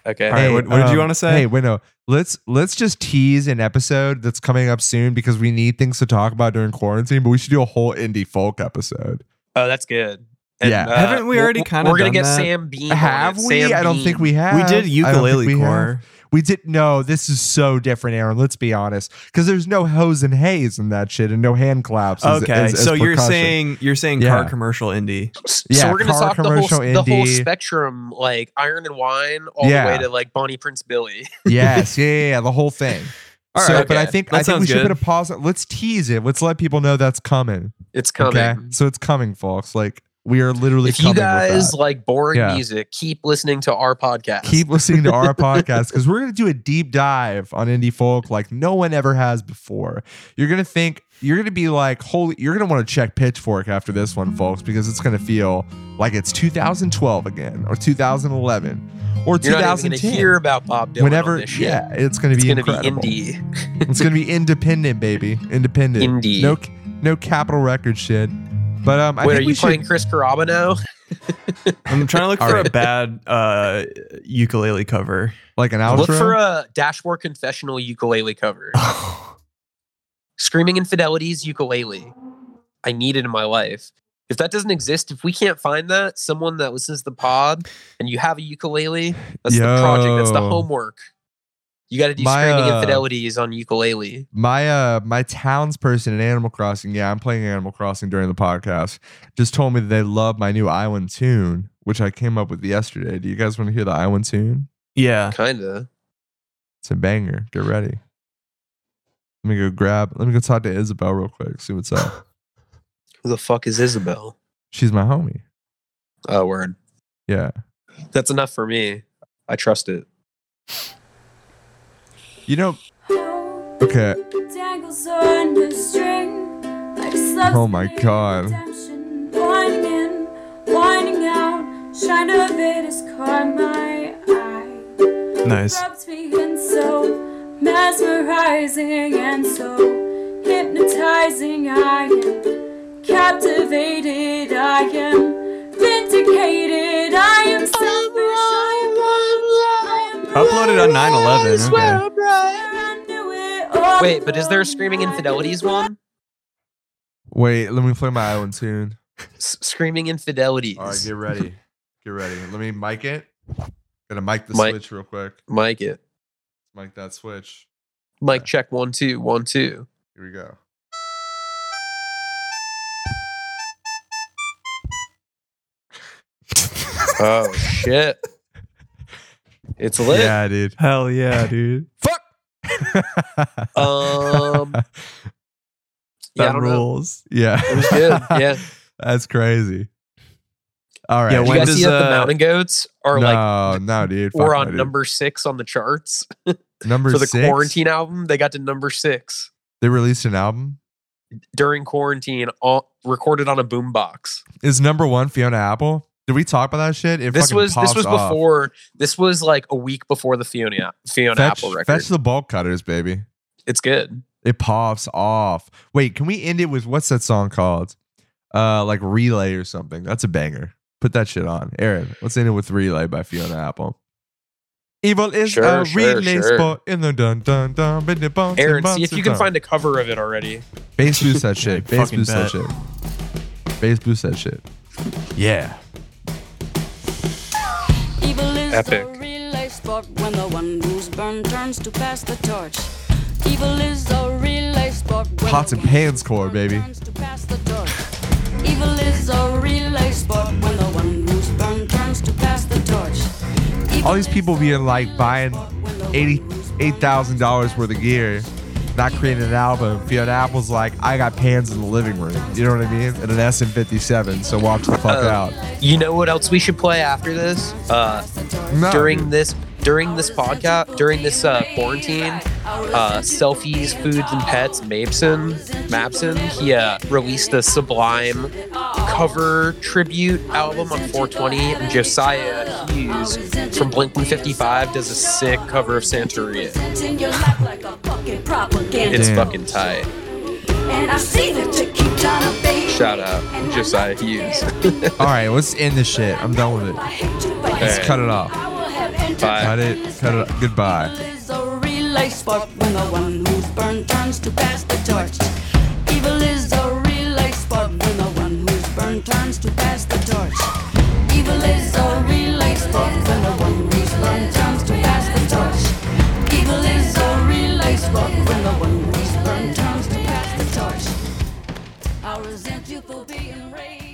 S2: Okay.
S1: All right, what- what did you wanna say?
S3: um, Hey, wait, no. Let's let's just tease an episode that's coming up soon because we need things to talk about during quarantine. But we should do a whole indie folk episode.
S2: Oh, that's good.
S3: Yeah.
S1: Haven't we
S2: we'll-
S1: already
S2: we'll-
S1: kinda
S2: We're gonna
S1: done
S2: get
S1: that?
S2: Sam Bean. on
S3: Have
S2: it.
S3: we?
S2: Sam
S3: I don't
S2: Bean.
S3: think we have.
S1: we did
S3: I don't think
S1: ukulele
S3: we have.
S1: core.
S3: We did no. This is so different, Aaron. Let's be honest, because there's no hose and haze in that shit, and no hand claps. as-
S1: Okay,
S3: as- as
S1: so you're
S3: percussion.
S1: saying you're saying
S3: Yeah.
S1: car commercial indie.
S2: S- so
S3: Yeah,
S2: we're gonna
S3: car
S2: talk the whole
S3: commercial,
S2: the whole
S3: indie.
S2: spectrum, like Iron and Wine, all
S3: Yeah.
S2: the way to like Bonnie Prince Billy.
S3: [laughs]
S2: [laughs]
S3: yes, yeah, yeah, yeah, the whole thing.
S1: All
S3: so,
S1: right,
S3: but I
S2: okay.
S3: think
S1: That
S3: I think we
S1: sounds
S3: should put
S1: good.
S3: a pause. on- Let's tease it. Let's let people know that's coming.
S2: It's coming.
S3: so it's coming, folks. Like we are literally.
S2: If you
S3: coming with
S2: guys
S3: that.
S2: like boring
S3: Yeah.
S2: music, keep listening to our podcast.
S3: keep listening
S2: [laughs]
S3: to our podcast because we're going to do a deep dive on indie folk like no one ever has before. You're going to think you're going to be like, holy, you're going to want to check Pitchfork after this one, folks, because it's going to feel like it's 2012 again or 2011 or
S2: You're not even
S3: 2010.
S2: gonna hear about Bob Dylan.
S3: Whenever,
S2: on this shit.
S3: yeah, it's going to
S2: it's
S3: be
S2: gonna
S3: incredible.
S2: be indie.
S3: it's going to be independent, baby, independent.
S2: Indie.
S3: No, c- no capital record shit. But um, I
S2: Wait,
S3: think
S2: are
S3: we
S2: you
S3: should-
S2: playing Chris Caraba now?
S1: I'm trying to look
S3: [laughs] All
S1: for a
S3: right.
S1: bad uh, ukulele
S3: [laughs]
S1: cover.
S3: like an outro.
S2: Look for a Dashboard Confessional ukulele cover. Screaming Infidelities ukulele. I need it in my life. If that doesn't exist, if we can't find that, someone that listens to the pod and you have a ukulele, that's the project, that's the
S3: Yo.
S2: homework. You got to do
S3: My,
S2: Screaming
S3: uh,
S2: Infidelities on ukulele.
S3: my uh my townsperson in Animal Crossing, yeah, I'm playing Animal Crossing during the podcast, just told me that they love my new island tune, which I came up with yesterday. Do you guys want to hear the island tune?
S1: Yeah.
S2: Kinda.
S3: It's a banger. Get ready. Let me go grab let me go talk to Isabel real quick, see what's [laughs] up.
S2: Who the fuck is Isabel?
S3: She's my homie.
S2: Oh, word.
S3: Yeah.
S2: That's enough for me. I trust it.
S3: You know Okay.
S8: Oh
S3: my God.
S8: Winding in, winding out, shine of it has caught my eye.
S2: [laughs]
S1: Nice.
S8: Rubs me in so mesmerizing and so hypnotizing. I am captivated. I am vindicated. I am selfish.
S1: Uploaded on 9/11. Okay.
S8: on.
S2: Wait, but is there a Screaming Infidelities one?
S3: Wait, let me play my island tune.
S2: S- screaming Infidelities.
S3: All right, get ready. Get ready. Let me mic it. Gonna mic the
S2: Mic.
S3: switch real quick.
S2: Mike it.
S3: Mic that switch.
S2: Mike check one two one two.
S3: Here we go.
S2: Oh shit! It's lit.
S3: Yeah, dude.
S1: Hell yeah, dude.
S3: Fuck.
S2: Um, yeah, I
S1: That
S2: don't know.
S1: rules.
S3: [laughs] yeah.
S2: It was good,
S3: [laughs]
S2: yeah.
S3: That's crazy. All right.
S1: Yeah,
S2: Did
S1: when
S2: you guys
S1: does,
S2: see that
S1: uh,
S2: the mountain goats are
S3: no,
S2: like
S3: no, dude. fuck
S2: we're
S3: no,
S2: on
S3: dude.
S2: number six on the charts
S3: number
S2: for the
S3: six,
S2: quarantine album? They got to number six
S3: They released an album.
S2: during quarantine, all recorded on a boombox.
S3: Is number one Fiona Apple? Did we talk about that shit? It
S2: This
S3: fucking
S2: was this
S3: pops
S2: was
S3: off.
S2: before this was like a week before the Fiona Fiona
S3: fetch,
S2: Apple record.
S3: fetch the bulk cutters, baby.
S2: it's good.
S3: It pops off. Wait, can we end it with what's that song called? Uh, like Relay or something. That's a banger. Put that shit on, Aaron. Let's end it with Relay by Fiona Apple. Evil is
S2: Sure,
S3: a
S2: sure,
S3: relay
S2: sure.
S3: sport in the dun dun dun. bidi bum,
S2: Aaron,
S3: bum,
S2: see if you
S3: bum.
S2: can find a cover of it already.
S3: Bass boost
S2: [laughs]
S3: that shit. Bass
S1: Fucking
S3: boost that
S1: bet.
S3: shit. Bass boost that shit. Yeah.
S9: Evil is
S2: Epic.
S9: the relay sport when the one who's burned turns to pass the torch. Evil is the relay sport when
S3: Pots
S9: the
S3: and
S9: one who's
S3: pans core,
S9: burned
S3: baby.
S9: turns to pass the torch. Evil is a relay sport when the one who's burned turns to pass the torch.
S3: All these people being like buying eighty eight thousand dollars worth of gear, not creating an album. Fiona Apple's like, I got pans in the living room. You know what I mean? And an SM fifty seven. So watch the fuck
S2: Uh,
S3: out.
S2: You know what else we should play after this? Uh,
S3: No,
S2: during
S3: dude.
S2: this during this podcast during this uh, quarantine uh, selfies foods and pets mapson mapson he uh, released a sublime cover tribute album on 420 and josiah hughes from blink 155 does a sick cover of santeria it's
S3: Damn.
S2: fucking tight
S9: And I see that you keep trying to bait.
S2: shout out josiah hughes
S3: all right, let's end this shit. I'm done with it. Let's
S2: Alright.
S3: cut it off.
S2: Bye.
S3: Cut it. Cut it. Goodbye.
S9: Evil is a relay sport when the one who's burned turns to pass the torch. Evil is a relay sport when the one who's burned turns to pass the torch. Evil is a relay sport when the one who's burned turns to pass the torch. Evil is a relay sport when the one who's burned turns to pass the torch. I resent you for being raised.